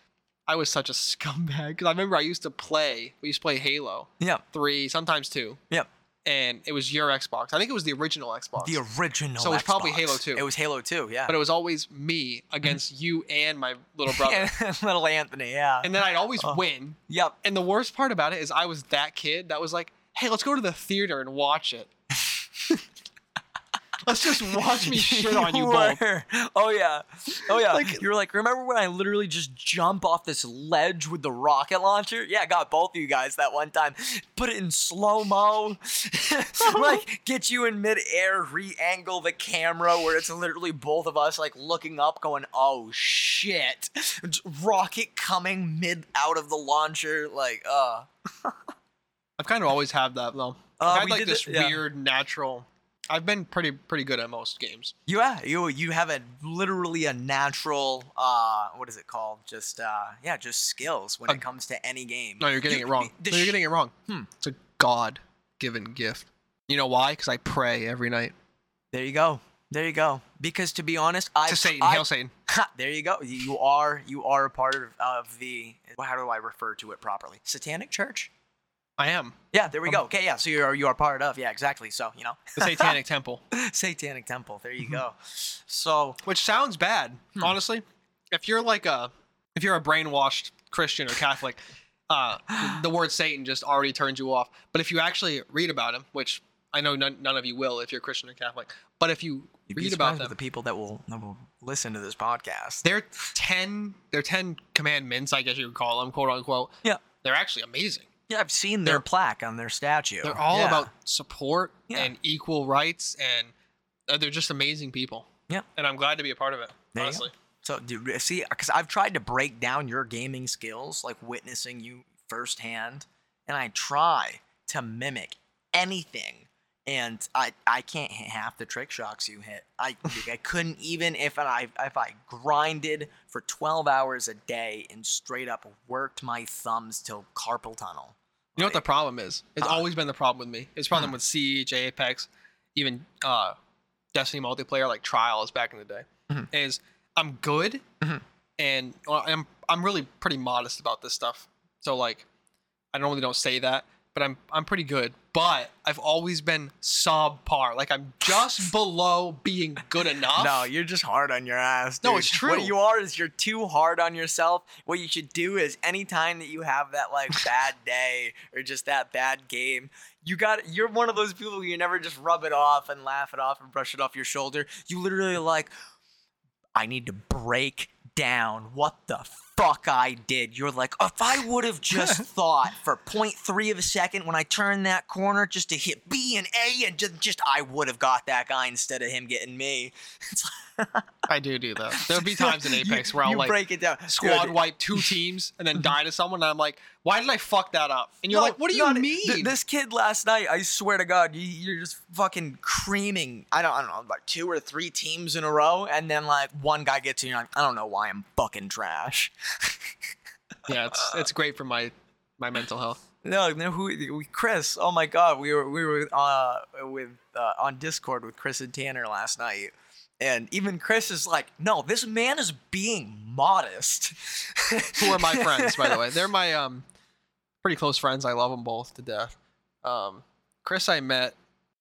A: I was such a scumbag cuz I remember I used to play, we used to play Halo
B: Yep,
A: 3, sometimes 2,
B: yep.
A: and it was your Xbox. I think it was the original Xbox.
B: The original.
A: So it was probably
B: Xbox.
A: Halo 2.
B: It was Halo 2, yeah.
A: but it was always me against you and my little brother.
B: And little Anthony, yeah.
A: and then I'd always
B: Oh.
A: win.
B: yep.
A: And the worst part about it is I was that kid that was like, hey, let's go to the theater and watch it. let's just watch me shit on you both.
B: were. Oh yeah. Oh yeah.
A: Like-
B: you were like, remember when I literally just jump off this ledge with the rocket launcher? Yeah, I got both of you guys that one time. Put it in slow-mo. like get you in midair, re-angle the camera where it's literally both of us like looking up, going, oh shit. Rocket coming mid out of the launcher, like, uh.
A: I've kind of always had that though.
B: Uh,
A: I've had
B: we
A: like
B: did
A: this
B: it- yeah.
A: weird natural. I've been pretty pretty good at most games.
B: Yeah, you you have a literally a natural uh what is it called? Just uh yeah, just skills when
A: Uh,
B: it comes to any game.
A: No, you're getting
B: You-
A: it wrong.
B: the
A: no, you're
B: sh-
A: getting it wrong.
B: Hmm.
A: It's a God given gift. You know why? Because I pray every night
B: There you go. There you go. Because to be honest, I
A: to Satan.
B: I,
A: Hail Satan.
B: Ha, there you go. You- You are you are a part of, of the how do I refer to it properly? Satanic church.
A: I am
B: Yeah,
A: Um,
B: there we go. Okay, yeah. So you are you are part of. Yeah, exactly. So, you know,
A: the Satanic Temple,
B: Satanic temple. There
A: Mm-hmm.
B: you go. So,
A: which sounds bad,
B: Hmm.
A: honestly. If you're like a if you're a brainwashed Christian or Catholic, uh, the word Satan just already turns you off. But if you actually read about him, which I know none, none of you will if you're Christian or Catholic, but if you
B: you'd be
A: read about
B: surprised with
A: them,
B: the people that will, that will listen to this podcast.
A: they're ten they're ten commandments, I guess you would call them, quote unquote.
B: Yeah.
A: They're actually amazing.
B: Yeah, I've seen their
A: They're-
B: plaque on their statue.
A: They're all
B: Oh, Yeah.
A: about support
B: Yeah.
A: and equal rights, and uh, they're just amazing people.
B: Yeah.
A: and I'm glad to be a part of it.
B: There you go.
A: honestly,
B: So, dude, see, because I've tried to break down your gaming skills, like witnessing you firsthand, and I try to mimic anything, and I I can't hit half the trick shots you hit. I I couldn't even if I if I grinded for twelve hours a day and straight up worked my thumbs till carpal tunnel.
A: you know what the problem is? It's
B: Uh-uh.
A: always been the problem with me. It's a problem with Siege, Apex, even uh, Destiny multiplayer, like Trials back in the day.
B: Mhm.
A: Is I'm good,
B: Mhm.
A: and well, I'm I'm really pretty modest about this stuff. So like, I normally don't say that, but I'm I'm pretty good. But I've always been subpar. Like I'm just below being good enough.
B: No, you're just hard on your ass.
A: No,
B: dude.
A: it's
B: What
A: true.
B: you are is you're too hard on yourself. What you should do is anytime that you have that like bad day or just that bad game, you got you're one of those people you never just rub it off and laugh it off and brush it off your shoulder. You literally like I need to break down what the fuck I did. You're like, if I would have just thought for 0.3 of a second when I turned that corner just to hit B and A and just, just I would have got that guy instead of him getting me.
A: I do do that. There'll be times in Apex
B: you,
A: where I'll
B: you
A: like
B: break it down.
A: squad
B: Dude,
A: wipe two teams and then die to someone, and I'm like, Why did I fuck that up? And you're
B: No,
A: like, what do
B: no,
A: you
B: th-
A: mean?
B: e-" th- this kid last night, I swear to God, you, you're just fucking creaming. I don't, I don't know, like two or three teams in a row, and then like one guy gets you, and you're like, I don't know why I'm fucking trash.
A: yeah, it's it's great for my my mental health.
B: No, no, who? We, Chris. Oh my God, we were we were uh with uh, on Discord with Chris and Tanner last night, and even Chris is like, no, this man is being modest.
A: Who are my friends, by the way? They're my um pretty close friends. I love them both to death. Um, Chris, I met.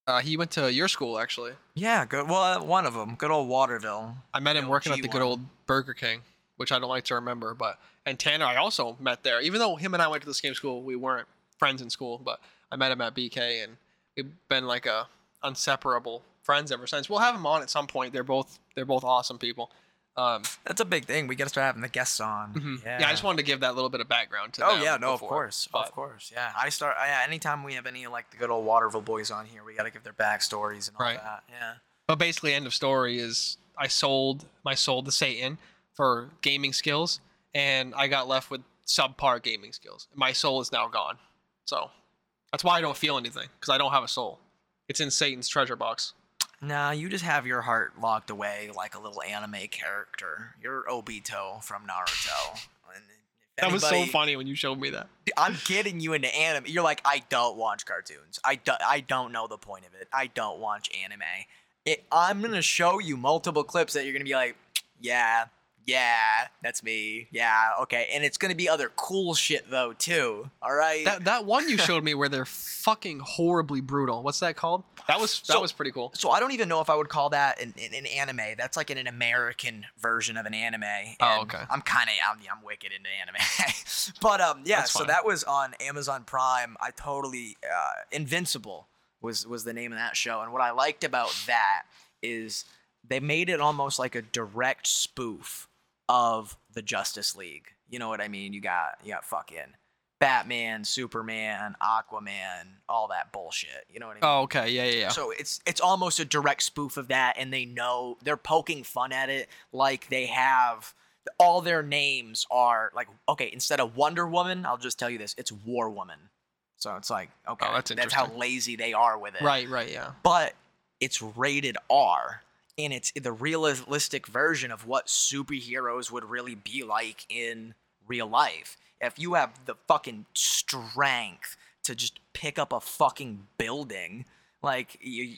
A: Uh, he went to your school actually.
B: Yeah, good. Well, uh, one of them, good old Waterville.
A: I met him
B: No,
A: working at the good
B: G1.
A: old Burger King, which I don't like to remember. But and Tanner, I also met there. Even though him and I went to the same school, we weren't friends in school. But I met him at BK, and we've been like a inseparable friends ever since. We'll have him on at some point. They're both they're both awesome people. Um,
B: That's a big thing. We got to start having the guests on.
A: mhm. yeah. I just wanted to give that little bit of background to.
B: Mm-hmm. Oh
A: them
B: yeah, no, of
A: before,
B: course,
A: but-
B: of course, yeah. I start I, anytime we have any like the good old Waterville boys on here, we got to give their backstories and all
A: Right.
B: that. Yeah.
A: But basically, end of story is I sold my soul to Satan for gaming skills, and I got left with subpar gaming skills. My soul is now gone. So that's why I don't feel anything because I don't have a soul. It's in Satan's treasure box.
B: Nah, you just have your heart locked away like a little anime character. You're Obito from Naruto. And if
A: That was so
B: anybody-
A: funny when you showed me that.
B: I'm getting you into anime. You're like, I don't watch cartoons. I, do, I don't know the point of it. I don't watch anime. It, I'm going to show you multiple clips that you're going to be like, yeah, yeah, that's me. Yeah, okay. And it's going to be other cool shit, though, too. All right?
A: That that one you showed me where they're fucking horribly brutal. What's that called? That was that
B: So-
A: was pretty cool.
B: so I don't even know if I would call that an, an, an anime. That's like an, an American version of an anime. And
A: Oh, okay.
B: I'm kind of I'm, I'm wicked into anime, but um, yeah.
A: That's
B: So
A: fine.
B: that was on Amazon Prime. I totally uh, Invincible was was the name of that show, and what I liked about that is they made it almost like a direct spoof of the Justice League. You know what I mean? You got you got fucking Batman, Superman, Aquaman, all that bullshit. You know what I mean?
A: Oh, okay, yeah, yeah, yeah.
B: So it's it's almost a direct spoof of that, and they know they're poking fun at it, like they have all their names are like okay. Instead of Wonder Woman, I'll just tell you this: it's War Woman. So it's like okay,
A: Oh, that's
B: how
A: interesting.
B: lazy they are with it.
A: right, right, yeah.
B: but it's rated R, and it's the realistic version of what superheroes would really be like in real life. If you have the fucking strength to just pick up a fucking building, like you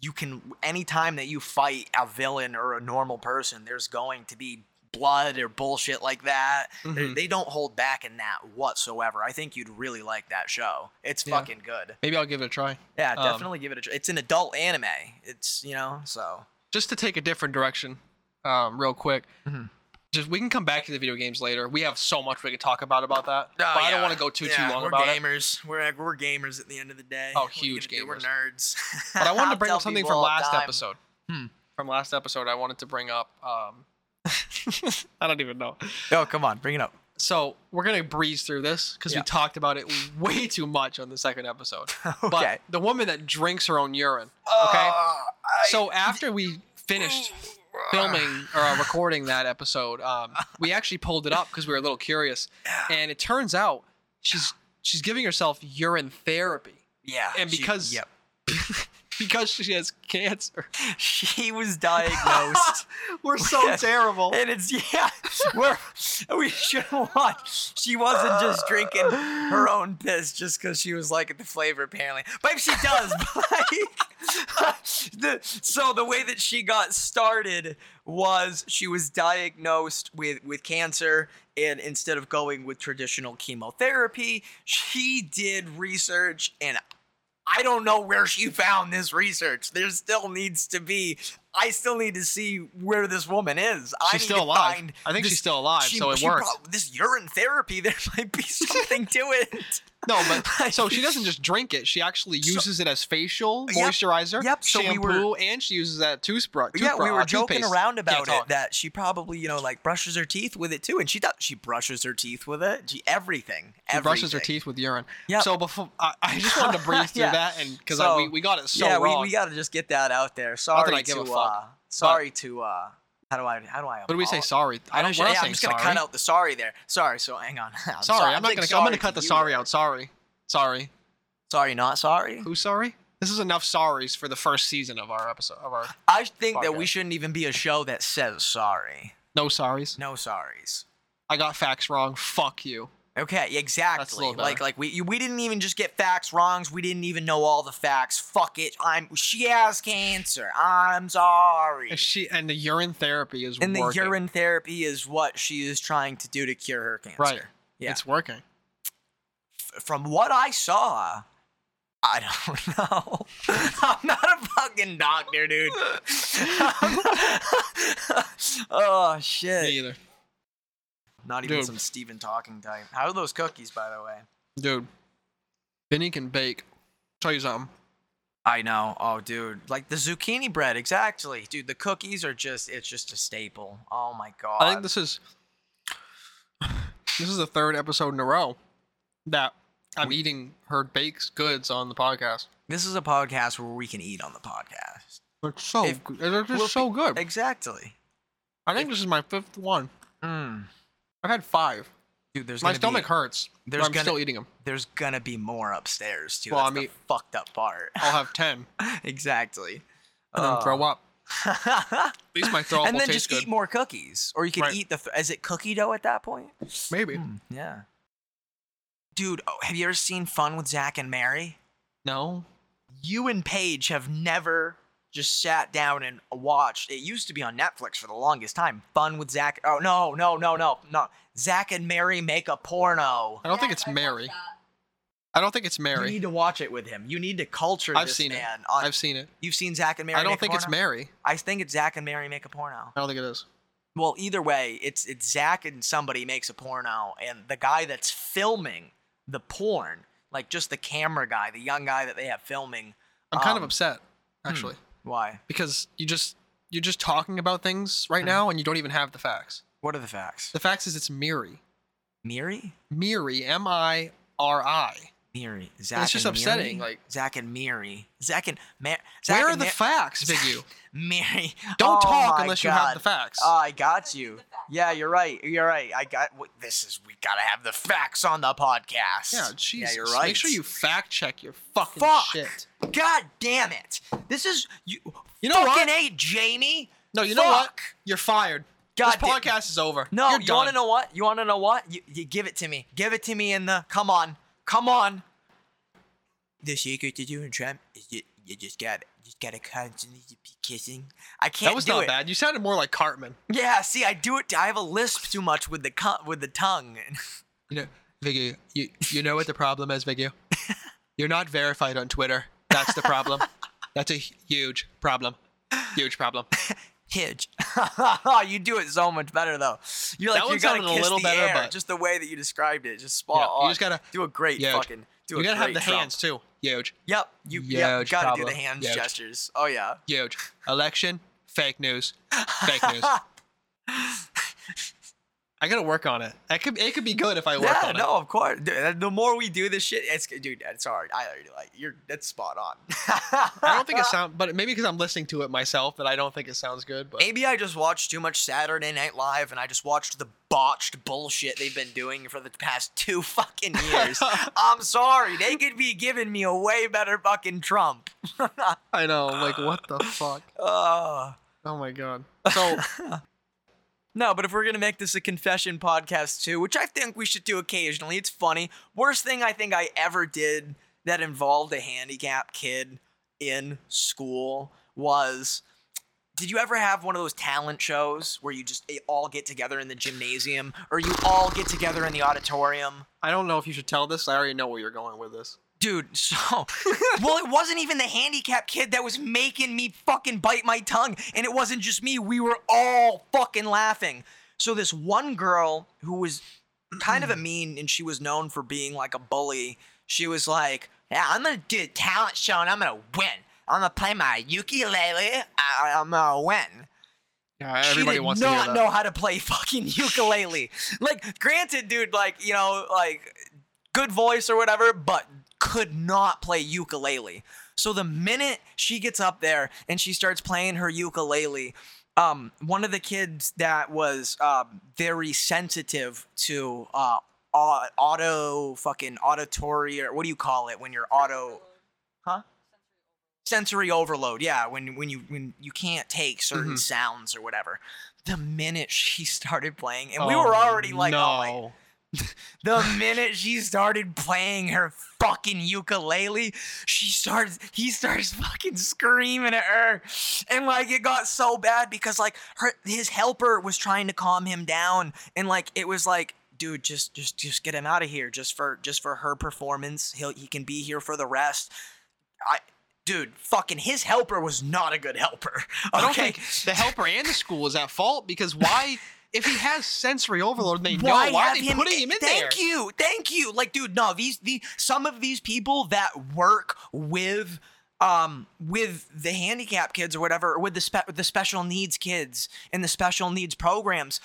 B: you can anytime that you fight a villain or a normal person, there's going to be blood or bullshit like that. They
A: Mhm.
B: They don't hold back in that whatsoever. I think you'd really like that show. It's
A: Yeah.
B: fucking good.
A: Maybe I'll give it a try.
B: Yeah,
A: Um,
B: definitely give it a try. It's an adult anime. It's you know so.
A: just to take a different direction, um, real quick.
B: Mhm.
A: Just we can come back to the video games later. We have so much we can talk about about that, but I don't want to go too too long
B: Oh, we're
A: about it.
B: gamers. We're we're gamers at the end of the day.
A: Oh,
B: What are you
A: huge
B: gonna do? We're
A: gamers.
B: nerds.
A: But I wanted to bring
B: I'll
A: up
B: tell
A: something
B: people
A: from
B: all the
A: last
B: time.
A: episode.
B: Hmm.
A: From last episode, I wanted to bring up. Um, I don't even know.
B: Oh, come on, bring it up.
A: So we're gonna breeze through this because
B: Yeah.
A: we talked about it way too much on the second episode.
B: okay.
A: But the woman that drinks her own urine.
B: Oh,
A: Okay.
B: Uh,
A: so after we finished filming or uh, recording that episode, um, we actually pulled it up because we were a little curious, and it turns out she's she's giving herself urine therapy
B: yeah,
A: and
B: she-
A: because-
B: yep.
A: because she has cancer.
B: she was diagnosed.
A: we're so terrible.
B: And it's yeah, we're we should watch. She wasn't just drinking her own piss just because she was liking the flavor, apparently. But she does. but, like, the, so the way that she got started was she was diagnosed with with cancer, and instead of going with traditional chemotherapy, she did research and I don't know where she found this research. There still needs to be. I still need to see where this woman is. I
A: She's
B: need
A: still
B: to
A: alive.
B: Find
A: I think
B: this-
A: she's still alive,
B: she-
A: so it
B: she
A: works.
B: prob- this urine therapy, there might be something to it.
A: no, but so she doesn't just drink it. She actually uses it as facial
B: Yep,
A: moisturizer,
B: yep, so we
A: shampoo,
B: were-
A: and she uses that toothbrush.
B: yeah, we
A: toothbrush-
B: were
A: uh,
B: joking
A: toothpaste.
B: around
A: Can't
B: about
A: talk.
B: it that she probably, you know, like brushes her teeth with it too, and she does. She brushes her teeth with it. She everything.
A: She brushes her
B: everything.
A: teeth with urine.
B: Yep.
A: So before I, I just wanted to breeze through
B: Yeah.
A: that, and because
B: So,
A: we, we got it so
B: yeah,
A: wrong.
B: we, we got to just get that out there. Sorry
A: I give
B: to
A: a fuck,
B: uh, sorry to uh, How do I? How do I?
A: What do we say?
B: apologize?
A: Sorry. I don't.
B: should-
A: We're not
B: yeah, I'm
A: saying
B: just gonna
A: sorry.
B: cut out the sorry there. Sorry. So hang on.
A: sorry.
B: I'm so-
A: I'm not
B: saying
A: gonna. I'm gonna
B: for
A: cut the
B: you
A: sorry
B: there.
A: out. Sorry. Sorry.
B: Sorry, not sorry.
A: Who's sorry? This is enough sorries for the first season of our episode of our
B: I think that we
A: Podcast.
B: shouldn't even be a show that says sorry.
A: no sorries.
B: No sorries.
A: I got facts wrong. Fuck you.
B: Okay, exactly.
A: little better.
B: like like we you- we didn't even just get facts wrongs. We didn't even know all the facts. Fuck it. I'm she has cancer. I'm sorry.
A: And she and the urine therapy is
B: And the
A: working.
B: urine therapy is what she is trying to do to cure her cancer.
A: Right.
B: Yeah.
A: It's working.
B: From what I saw, I don't know. I'm not a fucking doctor, dude. oh
A: Me
B: shit.
A: either.
B: Not even
A: Dude.
B: some Stephen talking type. How are those cookies, by the way?
A: Dude. Vinny can bake. Tell you something.
B: I know. Oh, dude, like the zucchini bread, exactly, dude. The cookies are just—it's just a staple. Oh my god.
A: I think this is this is the third episode in a row that I'm eating her baked goods on the podcast.
B: this is a podcast where we can eat on the podcast.
A: It's so
B: If-
A: good. They're just
B: we'll
A: so good.
B: Exactly.
A: I think this is my fifth one.
B: Mm.
A: I've had five.
B: Dude, there's
A: My
B: gonna
A: stomach
B: Be,
A: hurts. But
B: there's
A: I'm
B: gonna-
A: still eating them.
B: there's gonna be more upstairs too.
A: Well,
B: That's
A: I
B: the
A: mean-
B: fucked up part.
A: I'll have ten
B: exactly.
A: and then throw up.
B: up.
A: At least my throw up
B: and
A: will
B: then
A: taste
B: just
A: good.
B: eat more cookies, or you can
A: Right.
B: eat the—is it cookie dough at that point?
A: Maybe.
B: Hmm, yeah. Dude, oh, have you ever seen Fun with Zach and Mary?
A: No.
B: you and Paige have never just sat down and watched. It used to be on Netflix for the longest time. Fun with Zach. Oh no, no, no, no, no. Zach and Mary make a porno.
A: I don't think it's Mary. I don't think it's
B: You
A: Mary.
B: need to watch it with him. You need to culture
A: I've
B: this
A: seen it.
B: man. On,
A: I've seen it.
B: You've seen Zach and Mary.
A: I don't
B: make
A: think
B: a
A: it's
B: porno?
A: Mary.
B: I think it's Zach and Mary make a porno.
A: I don't think it is.
B: Well, either way, it's it's Zach and somebody makes a porno, and the guy that's filming the porn, like just the camera guy, the young guy that they have filming.
A: I'm kind
B: um,
A: of upset, actually.
B: Why?
A: because you just you're just talking about things
B: Hmm.
A: right now and you don't even have the facts.
B: What are the facts?
A: The facts is it's Miri.
B: Mary?
A: Miri, M I R I.
B: Miri, Zach.
A: And it's just
B: and
A: upsetting,
B: Miri?
A: like-
B: Zach and Miri, Zach and Mar- Zach
A: Where are
B: and
A: the
B: Mar-
A: facts, Big U?
B: Miri?
A: Don't
B: Oh
A: talk
B: my
A: unless you have
B: God.
A: the facts.
B: Oh, I got you. Yeah, you're right. You're right. I got w- this. Is we gotta have the facts on the podcast.
A: yeah, Jesus.
B: you're right.
A: Make sure you fact check your fucking
B: Fuck.
A: shit.
B: God damn it! This is you.
A: You know
B: fucking
A: what?
B: a Jamie.
A: No, you know what?
B: Fuck.
A: You're fired.
B: God
A: this
B: damn-
A: podcast is over.
B: No,
A: You're
B: you want
A: done.
B: to know what? You want to know what? You, you give it to me. Give it to me in the. Come on, come on. The secret to doing Trump is you, you just got you just gotta constantly be kissing. I can't
A: That was
B: do
A: not
B: it.
A: bad. You sounded more like Cartman.
B: Yeah, see, I do it. I have a lisp too much with the cu- with the tongue.
A: You know, Vigu, you you know what the problem is, Vigu? You're not verified on Twitter. That's the problem. That's a huge problem. Huge problem.
B: Hitch. you do it so much better though. You're like
A: That
B: you
A: one
B: gotta
A: sounded a
B: kiss
A: little
B: the
A: better,
B: air.
A: but-
B: Just the way that you described it, just spot
A: Yeah,
B: on.
A: you just gotta-
B: do a great
A: Yeah,
B: fucking. Do
A: You
B: a
A: gotta have
B: great
A: the
B: Trump.
A: hands too. Huge.
B: Yep, you yep,
A: Huge
B: gotta do
A: problem.
B: the hands
A: Huge.
B: gestures. Oh yeah.
A: Huge. Election, fake news. Fake news. I gotta work on it. It could it could be good if I work
B: Yeah,
A: on
B: no, of course. Dude, the more we do this shit, it's dude. It's hard. I already like you're. That's spot on.
A: it. I don't
B: uh,
A: think it sounds, but maybe because I'm listening to it myself that I don't think it sounds good. But
B: Maybe I just watched too much Saturday Night Live, and I just watched the botched bullshit they've been doing for the past two fucking years. I'm sorry, they could be giving me a way better fucking Trump.
A: I know, like what the fuck?
B: Uh,
A: Oh my god. So
B: no, but if we're gonna make this a confession podcast too, which I think we should do occasionally, it's funny. Worst thing I think I ever did that involved a handicapped kid in school was did you ever have one of those talent shows where you just eh, all get together in the gymnasium or you all get together in the auditorium?
A: I don't know if you should tell this. I already know where you're going with this.
B: Dude, so well, it wasn't even the handicapped kid that was making me fucking bite my tongue, and it wasn't just me. We were all fucking laughing. So this one girl who was kind of a mean, and she was known for being like a bully. She was like, "Yeah, I'm gonna do a talent show, and I'm gonna win. I'm gonna play my ukulele. I- I'm gonna win."
A: Yeah,
B: She
A: everybody
B: did
A: wants
B: not
A: to hear that.
B: know how to play fucking ukulele. like, granted, dude, like you know, like good voice or whatever, but could not play ukulele. So the minute she gets up there and she starts playing her ukulele, um, one of the kids that was um, very sensitive to uh, au- auto fucking auditory or what do you call it when you're auto Huh? sensory overload yeah when when you when you can't take certain
A: Mhm.
B: sounds or whatever the minute she started playing and we were already like
A: no.
B: oh my the minute she started playing her fucking ukulele, she starts he starts fucking screaming at her. And like it got so bad because like her his helper was trying to calm him down and like it was like dude just just just get him out of here just for just for her performance. He'll he can be here for the rest. I dude, fucking his helper was not a good helper.
A: I don't
B: okay?
A: think the helper and the school was at fault because why? If he has sensory overload, they know
B: why,
A: why, are
B: have
A: they
B: him
A: putting him in there.
B: thank you thank you like dude no these the some of these people that work with um with the handicap kids or whatever or with the spe- the special needs kids and the special needs programs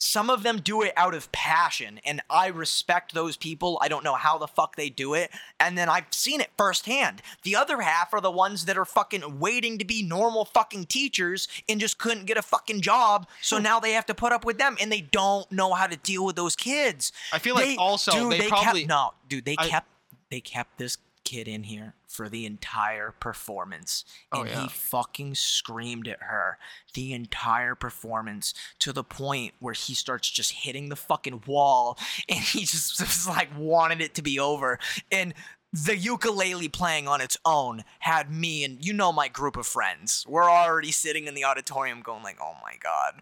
B: some of them do it out of passion and i respect those people i don't know how the fuck they do it and then i've seen it firsthand the other half are the ones that are fucking waiting to be normal fucking teachers and just couldn't get a fucking job so
A: Hmm.
B: now they have to put up with them and they don't know how to deal with those kids
A: I feel like also
B: dude,
A: they
B: kept-
A: probably-
B: no dude they
A: I-
B: kept they kept this kid in here for the entire performance
A: Oh,
B: and
A: yeah.
B: he fucking screamed at her the entire performance to the point where he starts just hitting the fucking wall and he just was like wanted it to be over and the ukulele playing on its own had me and you know my group of friends we're already sitting in the auditorium going like oh my god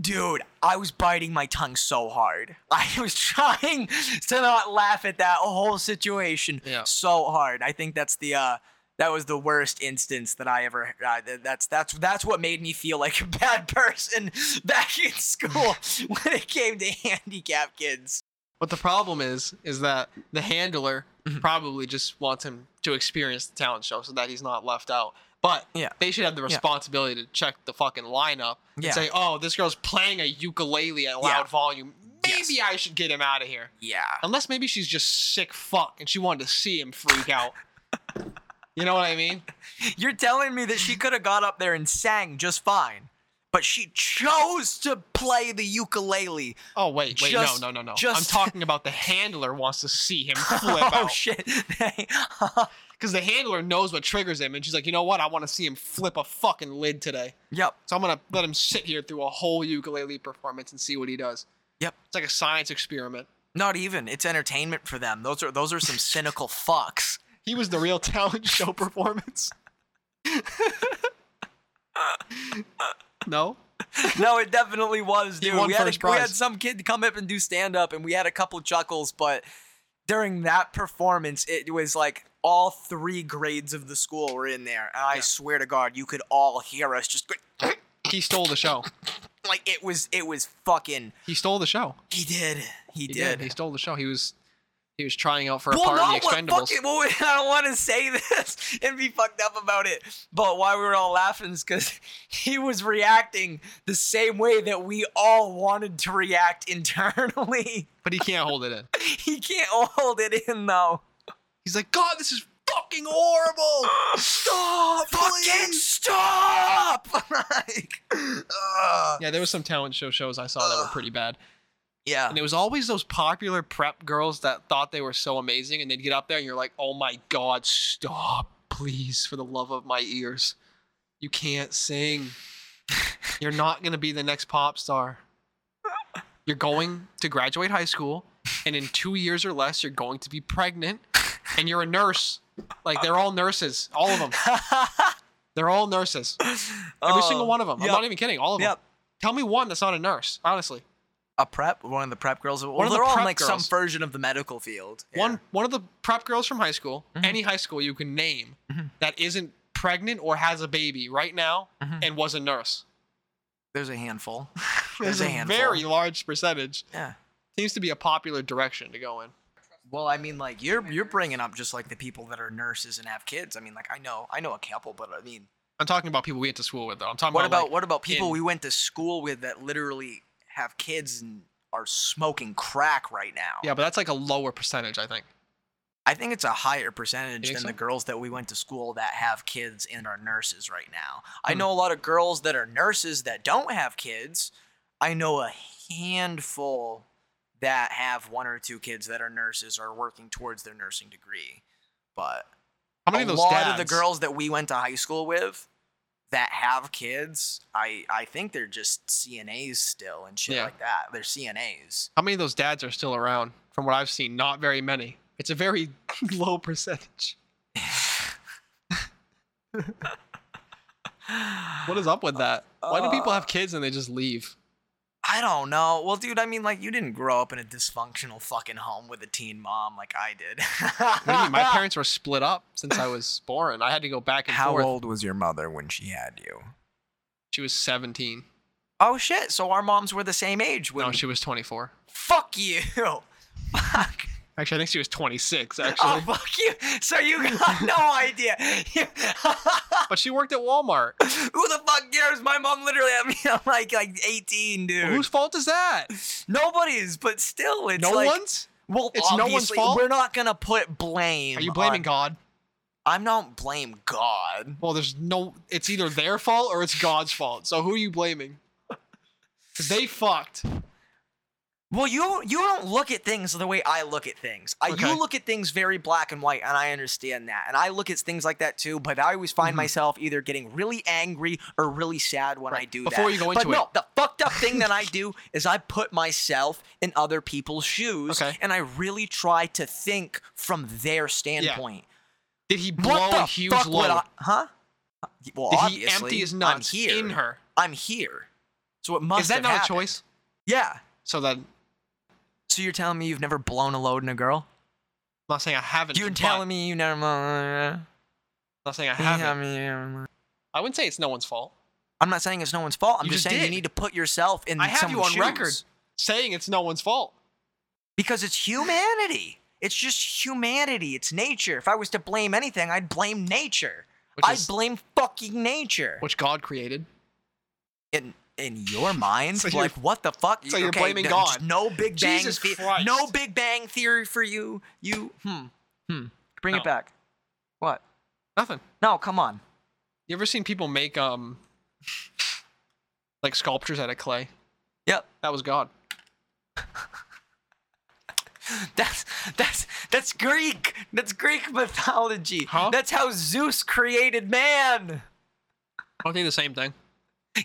B: Dude, I was biting my tongue so hard. I was trying to not laugh at that whole situation
A: Yeah.
B: so hard. I think that's the uh that was the worst instance that I ever uh, th- that's that's that's what made me feel like a bad person back in school when it came to handicapped kids.
A: But the problem is, is that the handler
B: Mm-hmm.
A: probably just wants him to experience the talent show so that he's not left out. But
B: Yeah.
A: they should have the responsibility to check the fucking lineup
B: Yeah.
A: and say, "Oh, this girl's playing a ukulele at loud
B: Yeah.
A: volume. Maybe
B: Yes.
A: I should get him out of here."
B: Yeah.
A: Unless maybe she's just sick fuck and she wanted to see him freak out. you know what I mean?
B: You're telling me that she could have got up there and sang just fine, but she chose to play the ukulele.
A: Oh wait, wait,
B: Just-
A: no, no, no, no. I'm
B: just-
A: talking about the handler wants to see him flip
B: Oh
A: out
B: shit.
A: because the handler knows what triggers him, and she's like, you know what? I want to see him flip a fucking lid today,
B: yep.
A: so I'm gonna let him sit here through a whole ukulele performance and see what he does.
B: Yep.
A: It's like a science experiment.
B: Not even. It's entertainment for them. Those are those are some cynical fucks.
A: He was the real talent show performance. no.
B: No, it definitely was,
A: He
B: dude.
A: won
B: we, had
A: first
B: a, we had
A: prize.
B: some kid come up and do stand up, and we had a couple chuckles, but during that performance, it was like all three grades of the school were in there. And I swear to God, you could all hear us just go-
A: He stole the show.
B: like it was it was fucking.
A: He stole the show.
B: He did. He,
A: He
B: did.
A: did. He stole the show. He was he was trying out for a
B: well,
A: part
B: no,
A: in the
B: what
A: Expendables.
B: fucking, well, I don't want to say this and be fucked up about it. But why we were all laughing is because he was reacting the same way that we all wanted to react internally.
A: But he can't hold it in.
B: he can't hold it in though.
A: He's like, God, this is fucking horrible. Stop,
B: Fucking stop! like, ugh.
A: Yeah, there was some talent show shows I saw that were pretty bad,
B: yeah.
A: and it was always those popular prep girls that thought they were so amazing, and they'd get up there, and you're like, Oh my God, stop, please, for the love of my ears, you can't sing. You're not gonna be the next pop star. You're going to graduate high school, and in two years or less, you're going to be pregnant, and you're a nurse. Like they're all nurses, all of them. They're all nurses. Every single one of them.
B: Oh, yep.
A: I'm not even kidding. All of
B: Yep.
A: them. Tell me one that's not a nurse, honestly.
B: A prep, one of the prep girls. Well,
A: One of the
B: they're all in
A: prep
B: like some
A: girls.
B: version of the medical field.
A: One one of the prep girls from high school,
B: Mm-hmm.
A: any high school you can name that isn't pregnant or has a baby right now
B: Mm-hmm.
A: and was a nurse.
B: There's a handful.
A: There's a
B: handful.
A: very large percentage.
B: Yeah.
A: Seems to be a popular direction to go in.
B: Well, I mean, like you're you're bringing up just like the people that are nurses and have kids. I mean, like I know I know a couple, but I mean,
A: I'm talking about people we went to school with though. I'm talking
B: what
A: about
B: about
A: like,
B: what about people
A: in-
B: we went to school with that literally have kids and are smoking crack right now?
A: Yeah, but that's like a lower percentage, I think.
B: I think it's a higher percentage
A: You
B: than
A: think
B: the
A: so?
B: girls that we went to school that have kids and are nurses right now. I
A: Hmm.
B: know a lot of girls that are nurses that don't have kids. I know a handful that have one or two kids that are nurses or working towards their nursing degree. But
A: How many
B: a
A: of those
B: lot
A: dads?
B: of the girls that we went to high school with that have kids, I I think they're just CNAs still and shit
A: Yeah.
B: like that. They're CNAs.
A: How many of those dads are still around? From what I've seen, not very many. It's a very low percentage. What is up with that? Why do people have kids and they just leave?
B: I don't know. Well, dude, I mean, like, you didn't grow up in a dysfunctional fucking home with a teen mom like I did.
A: What do you mean? My parents were split up since I was born. I had to go back and
B: How
A: forth.
B: old was your mother when she had you?
A: She was 17.
B: Oh shit! So our moms were the same age when.
A: No, she was 24.
B: Fuck you! Fuck.
A: Actually, I think she was 26,
B: Oh
A: actually.
B: fuck you! So you got no idea.
A: but she worked at Walmart.
B: Who the fuck cares? My mom literally had me at like like 18, dude.
A: Whose fault is that?
B: Nobody's, but still, it's
A: no
B: like,
A: one's?
B: Well,
A: It's no one's
B: obviously,
A: fault?
B: We're not gonna put blame.
A: Are you blaming
B: on-
A: God?
B: I'm not blame God.
A: Well, there's no. It's either their fault or it's God's fault. So who are you blaming? 'Cause they fucked.
B: Well, you you don't look at things the way I look at things. I
A: Okay.
B: You look at things very black and white, and I understand that. And I look at things like that too. But I always find
A: Mhm.
B: myself either getting really angry or really sad when I
A: Right.
B: do that.
A: Before you go
B: but
A: into
B: no,
A: it.
B: the fucked up thing that I do is I put myself in other people's shoes,
A: Okay.
B: and I really try to think from their standpoint.
A: Did he blow
B: What
A: a
B: the
A: huge
B: fuck
A: load?
B: would I? Huh? Well,
A: Did he
B: obviously,
A: empty his
B: I'm
A: nuts
B: here.
A: in her?
B: I'm here. So it must
A: Is that
B: have
A: not
B: happened.
A: a choice?
B: Yeah.
A: So then, I'm
B: So you're telling me you've never blown a load in a girl?
A: not saying I haven't.
B: You're
A: but-
B: telling me you never. I'm
A: Not saying I haven't.
B: I'm
A: I wouldn't say it's no one's fault.
B: not saying it's no one's fault. I'm
A: You
B: just,
A: just
B: saying
A: did.
B: you need to put yourself in.
A: I have
B: someone's
A: you on
B: shoes.
A: record saying it's no one's fault.
B: because it's humanity. It's just humanity. It's nature. If I was to blame anything, I'd blame nature.
A: Which
B: I'd
A: is-
B: blame fucking nature.
A: Which God created.
B: in in your mind,
A: So you're-
B: like what the fuck?
A: so you're blaming
B: no- just
A: God.
B: No Big Bang.
A: Jesus
B: the-
A: Christ.
B: No Big Bang theory for you. You hmm hmm. Bring
A: No.
B: it back. What?
A: Nothing.
B: No, come on.
A: You ever seen people make um like sculptures out of clay?
B: Yep.
A: That was God.
B: That's that's that's Greek. That's Greek mythology.
A: Huh?
B: That's how Zeus created man.
A: Aren't they the same thing?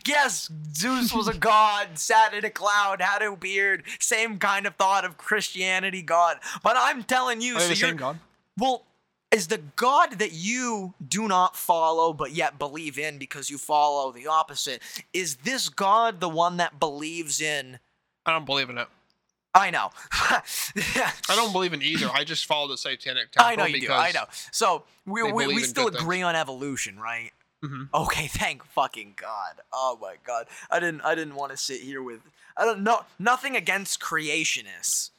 B: Yes, Zeus was a god, sat in a cloud, had a beard. Same kind of thought of Christianity god. But I'm telling you,
A: Are they
B: so
A: Oh, the
B: you're,
A: same God?
B: Well, is the God that you do not follow but yet believe in because you follow the opposite, is this God the one that believes in?
A: I don't believe in it.
B: I know.
A: I don't believe in either. I just follow the satanic temple.
B: I know you do.
A: because
B: I know. So we,
A: they
B: we,
A: believe
B: we
A: in
B: still
A: good
B: agree on evolution, right?
A: Mhm.
B: Okay, thank fucking god. Oh my god, I didn't I didn't want to sit here with I don't know nothing against creationists,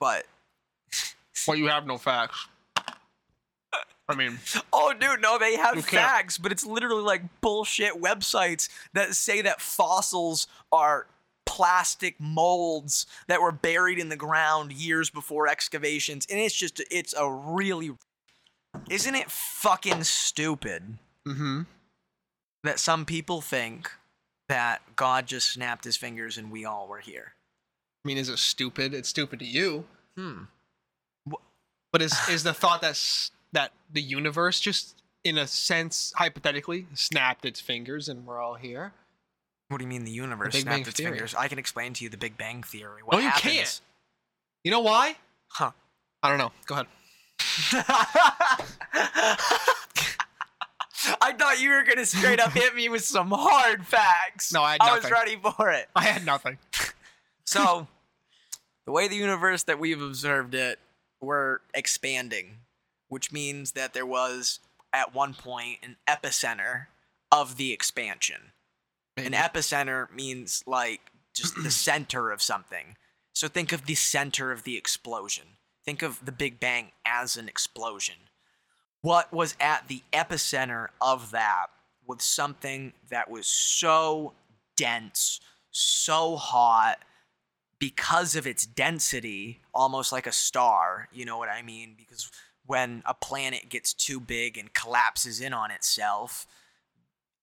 B: but
A: Well, you have no facts. I mean,
B: Oh, dude, no, they
A: You
B: have
A: can't.
B: facts, but it's literally like bullshit websites that say that fossils are plastic molds that were buried in the ground years before excavations. And it's just, it's a really. Isn't it fucking stupid
A: mm-hmm.
B: that some people think that God just snapped his fingers and we all were here?
A: I mean, is it stupid? It's stupid to you.
B: Hmm.
A: But is is the thought that's that the universe just in a sense hypothetically snapped its fingers and we're all here?
B: What do you mean the universe
A: Big
B: snapped
A: Bang
B: its
A: Theory.
B: fingers? I can explain to you the Big Bang Theory. What
A: No, you
B: happens?
A: can't. You know why?
B: Huh.
A: I don't know. Go ahead.
B: I thought you were gonna straight up hit me with some hard facts.
A: No, I had
B: I was
A: nothing.
B: ready for it.
A: I had nothing.
B: So, the way the universe that we've observed it, we're expanding, which means that there was at one point an epicenter of the expansion. An epicenter means like just the center of something. So think of the center of the explosion. Think of the Big Bang as an explosion. What was at the epicenter of that was something that was so dense, so hot, because of its density, almost like a star. You know what I mean? Because when a planet gets too big and collapses in on itself,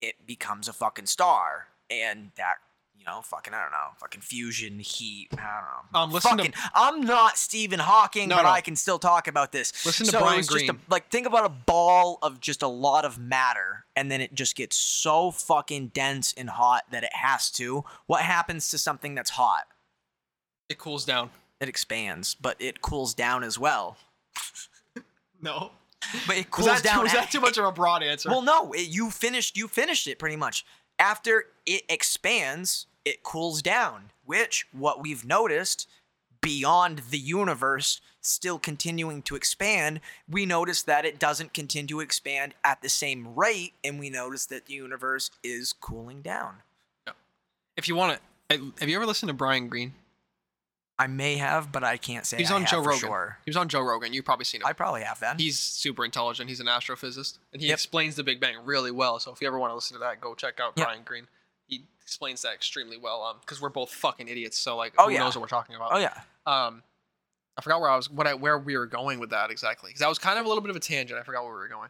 B: it becomes a fucking star. And that, you know, fucking, I don't know, fucking fusion, heat, I don't know.
A: Um, listen to-
B: fucking, I'm not Stephen Hawking,
A: No,
B: but
A: no.
B: I can still talk about this.
A: Listen to
B: so it
A: Brian
B: was just
A: Greene.
B: a- like, think about a ball of just a lot of matter, and then it just gets so fucking dense and hot that it has to. What happens to something that's hot?
A: It cools down.
B: It expands, but it cools down as well.
A: No.
B: But it
A: Was
B: cools
A: that,
B: down.
A: too, was
B: at-
A: that too much of a broad answer?
B: Well, no, it, you finished. You finished it pretty much. After it expands, it cools down, which what we've noticed beyond the universe still continuing to expand, we notice that it doesn't continue to expand at the same rate, and we notice that the universe is cooling down.
A: if you want to, have you ever listened to Brian Green?
B: I may have, but I can't say.
A: He's
B: I
A: on
B: have
A: Joe
B: for
A: Rogan.
B: Sure.
A: He was on Joe Rogan. You've probably seen him.
B: I probably have that.
A: He's super intelligent. He's an astrophysicist, and he
B: Yep.
A: explains the Big Bang really well. So if you ever want to listen to that, go check out
B: Yep.
A: Brian Green. He explains that extremely well. Um, because we're both fucking idiots, so like,
B: Oh,
A: who
B: yeah.
A: knows what we're talking about?
B: oh yeah.
A: Um, I forgot where I was, what I where we were going with that exactly, because that was kind of a little bit of a tangent. I forgot where we were going.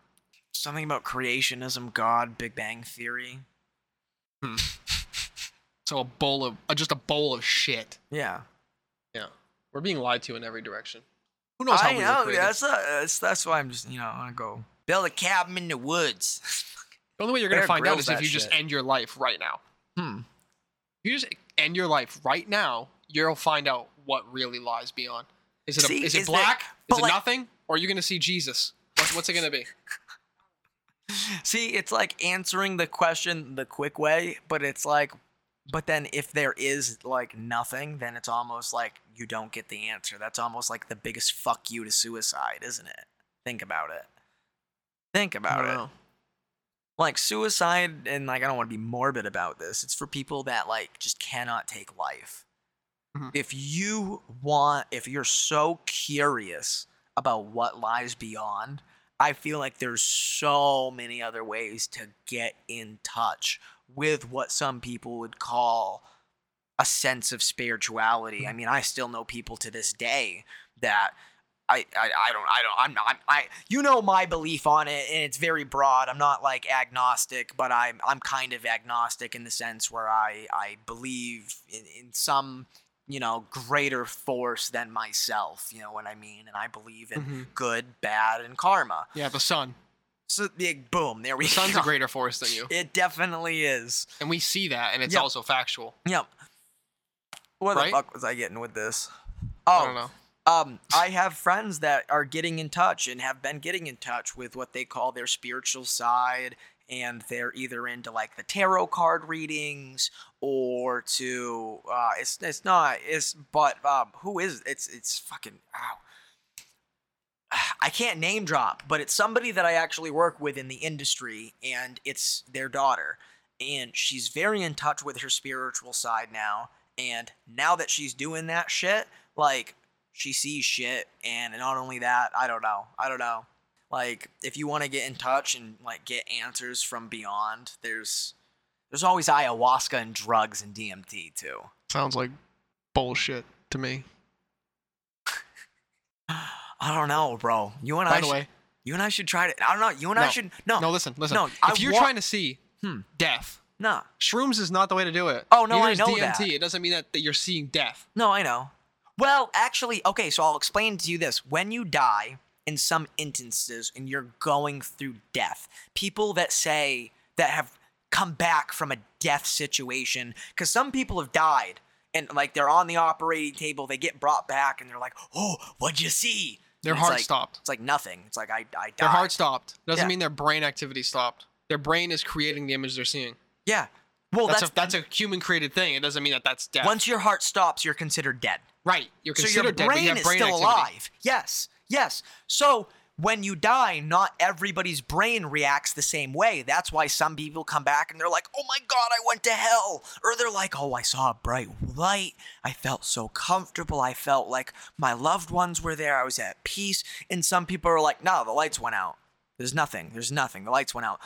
B: Something about creationism, God, Big Bang Theory.
A: So a bowl of uh, just a bowl of shit.
B: Yeah.
A: Yeah, we're being lied to in every direction. Who knows how
B: I
A: we
B: know.
A: were created?
B: That's, not, that's that's why I'm just you know I wanna go build a cabin in the woods.
A: The only way you're gonna
B: Bear
A: find out
B: Grylls
A: is if
B: that
A: you just
B: shit.
A: end your life right now.
B: hmm.
A: If you just end your life right now, you'll find out what really lies beyond. Is it a,
B: See,
A: is it
B: is that-
A: black? Is
B: but
A: it
B: like-
A: nothing? Or are you gonna see Jesus? What's, what's it gonna be?
B: See, it's like answering the question the quick way, but it's like, but then if there is like nothing, then it's almost like you don't get the answer. That's almost like the biggest fuck you to suicide, isn't it? Think about it. Think about it. like suicide and like i don't want to be morbid about this it's for people that like just cannot take life
A: Mhm.
B: if you want if you're so curious about what lies beyond i feel like there's so many other ways to get in touch with what some people would call a sense of spirituality i mean i still know people to this day that I, I, I don't I don't I'm not I you know my belief on it and it's very broad. I'm not like agnostic, but I'm I'm kind of agnostic in the sense where I I believe in, in some you know greater force than myself. You know what I mean? And I believe in
A: Mhm.
B: good, bad, and karma.
A: Yeah, the sun.
B: So yeah, boom, there we
A: The sun's
B: go.
A: a greater force than you,
B: It definitely is.
A: and we see that, and it's
B: Yeah.
A: also factual.
B: Yep. What
A: Right?
B: the fuck was I getting with this?
A: I don't
B: Oh,
A: know.
B: um, I have friends that are getting in touch and have been getting in touch with what they call their spiritual side, and they're either into like the tarot card readings or to uh, it's it's not it's but um, who is it's it's fucking ow. I can't name drop, but it's somebody that I actually work with in the industry, and it's their daughter. And she's very in touch with her spiritual side now. And now that she's doing that shit, like, she sees shit. And not only that, I don't know. I don't know. Like, if you want to get in touch and, like, get answers from beyond, there's. There's always ayahuasca and drugs and DMT too.
A: Sounds like bullshit to me.
B: I don't know, bro. You and
A: By
B: I,
A: the
B: should-
A: way,
B: you and I should try to. I don't know. You and I
A: No.
B: should no,
A: no, listen, listen.
B: no,
A: if
B: I
A: you're
B: wa-
A: trying to see
B: Hmm.
A: death,
B: nah.
A: shrooms is not the way to do it.
B: Oh, no,
A: Neither
B: I
A: is
B: know
A: DMT.
B: that.
A: It doesn't mean that, that you're seeing death.
B: No, I know. Well, actually, okay, so I'll explain to you this. When you die, in some instances, and you're going through death, people that say that have come back from a death situation, because some people have died and like they're on the operating table, they get brought back and they're like, oh, what'd you see?
A: Their
B: And it's
A: heart
B: like-
A: stopped.
B: It's like nothing. It's like I, I died.
A: Their heart stopped. Doesn't
B: Yeah.
A: mean their brain activity stopped. Their brain is creating the image they're seeing.
B: Yeah. Well,
A: that's,
B: that's,
A: a, that's a human created thing. It doesn't mean that that's death.
B: once your heart stops, you're considered dead.
A: right, you're
B: so
A: considered dead,
B: your brain
A: but you have
B: is
A: brain
B: still
A: activity.
B: alive. Yes, yes. So when you die, not everybody's brain reacts the same way. That's why some people come back and they're like, "Oh my god, I went to hell," or they're like, "Oh, I saw a bright light. I felt so comfortable. I felt like my loved ones were there. I was at peace." And some people are like, "No, the lights went out. There's nothing. There's nothing. The lights went out."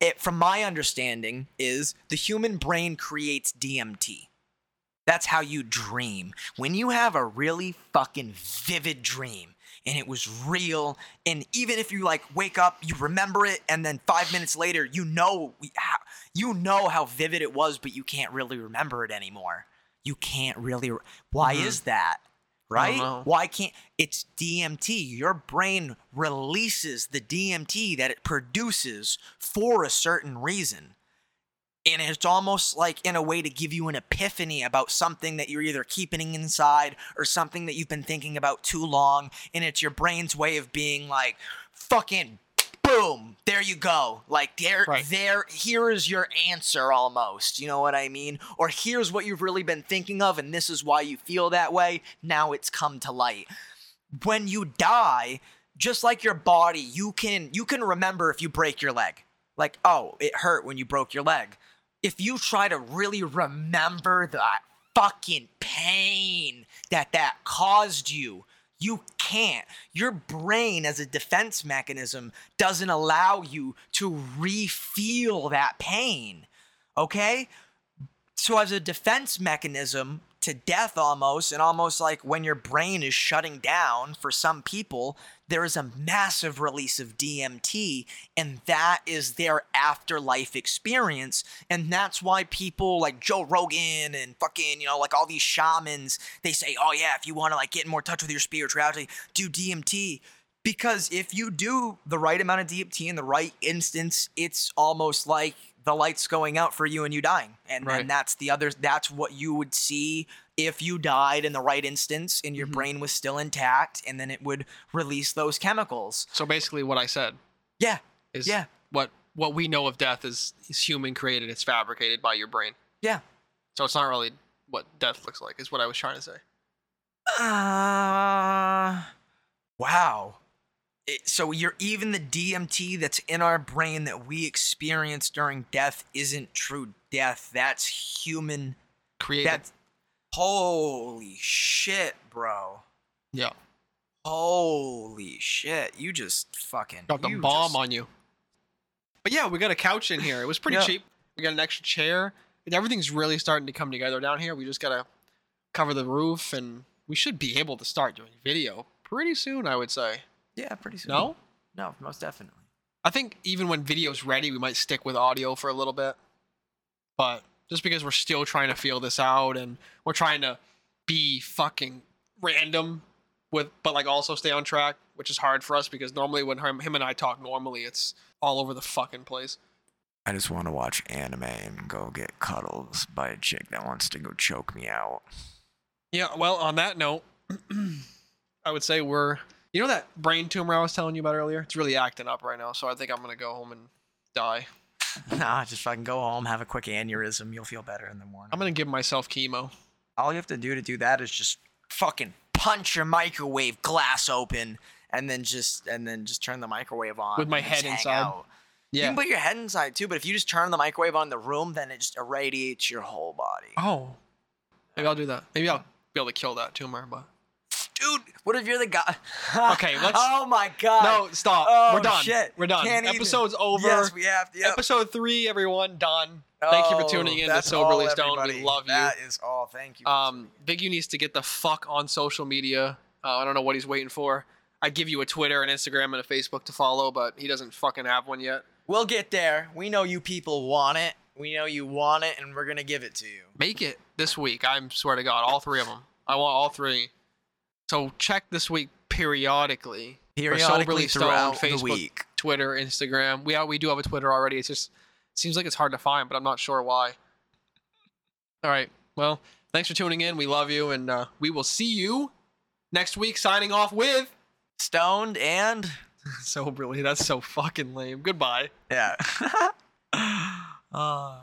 B: It, from my understanding, is the human brain creates DMT That's how you dream. When you have a really fucking vivid dream and it was real, and even if you like wake up, you remember it, and then five minutes later, you know we- how- you know how vivid it was, but you can't really remember it anymore. You can't really. re- Why
A: Mhm.
B: is that? right?
A: know.
B: Why can't it's DMT? Your brain releases the DMT that it produces for a certain reason. And it's almost like in a way to give you an epiphany about something that you're either keeping inside or something that you've been thinking about too long. And it's your brain's way of being like, fucking boom, there you go. Like there
A: Right.
B: there here is your answer almost. You know what I mean? Or here's what you've really been thinking of and this is why you feel that way. Now it's come to light. When you die, just like your body, you can you can remember if you break your leg. Like, oh, it hurt when you broke your leg. If you try to really remember that fucking pain that that caused you, you can't. Your brain, as a defense mechanism, doesn't allow you to re feel that pain. Okay? So, as a defense mechanism to death almost, and almost like when your brain is shutting down for some people, there is a massive release of DMT, and that is their afterlife experience. And that's why people like Joe Rogan and fucking, you know, like all these shamans, they say, oh, yeah, if you want to like get in more touch with your spirituality, do DMT. Because if you do the right amount of DMT in the right instance, it's almost like the lights going out for you and you dying. And then
A: Right.
B: that's the other, that's what you would see if you died in the right instance and your
A: Mhm.
B: brain was still intact and then it would release those chemicals.
A: So basically, what I said
B: Yeah.
A: is
B: Yeah.
A: what what we know of death is is human created. It's fabricated by your brain.
B: Yeah.
A: So it's not really what death looks like. Is what I was trying to say.
B: Uh, wow. It- so you're even the DMT that's in our brain that we experience during death isn't true death. That's human.
A: Created.
B: That's holy shit, bro.
A: yeah.
B: Holy shit. You just fucking
A: Dropped a
B: you
A: bomb
B: just-
A: on you. But yeah, we got a couch in here. It was pretty
B: Yeah.
A: cheap. We got an extra chair. And everything's really starting to come together down here. We just gotta cover the roof, and we should be able to start doing video pretty soon. I would say.
B: Yeah, pretty soon.
A: No,
B: No, most definitely.
A: I think even when video's ready, we might stick with audio for a little bit. But just because we're still trying to feel this out and we're trying to be fucking random with but like also stay on track, which is hard for us because normally when him, him and I talk normally it's all over the fucking place.
B: I just want to watch anime and go get cuddles by a chick that wants to go choke me out.
A: Yeah, well, on that note, I would say we're you know that brain tumor I was telling you about earlier? It's really acting up right now, so I think I'm gonna go home and die.
B: Nah, just fucking go home, have a quick aneurysm. You'll feel better in the morning.
A: I'm gonna give myself chemo.
B: All you have to do to do that is just fucking punch your microwave glass open, and then just and then just turn the microwave on
A: With my
B: and just
A: head
B: hang
A: inside.
B: out. You
A: Yeah.
B: can put your head inside too, but if you just turn the microwave on in the room, then it just irradiates your whole body.
A: Oh. Maybe I'll do that. Maybe I'll be able to kill that tumor, but
B: Dude, what if you're the guy?
A: Okay, let's-
B: oh my god.
A: no, stop.
B: Oh,
A: We're done.
B: shit.
A: We're done.
B: Can't even-
A: Episode's over.
B: Yes, we have to. Yep. Oh,
A: Episode three, everyone, done. Thank you for tuning in to
B: That's
A: Soberly
B: all,
A: Stoned. We
B: everybody.
A: love you.
B: That is all. Thank you. for
A: Um, Big U needs to get the fuck on social media. Uh, I don't know what he's waiting for. I give you a Twitter, an Instagram, and a Facebook to follow, but he doesn't fucking have one yet.
B: We'll get there. We know you people want it. We know you want it, and we're gonna give it to you.
A: Make it this week. I am swear to God, all three of them. I want all three. So check this week periodically. for Soberly Stoned, Facebook, Twitter, Instagram. We are, we do have a Twitter already. It's just seems like it's hard to find, but I'm not sure why. All right. Well, thanks for tuning in. We love you, and uh, we will see you next week. Signing off with
B: Stoned and
A: soberly. That's so fucking lame. Goodbye.
B: yeah. uh.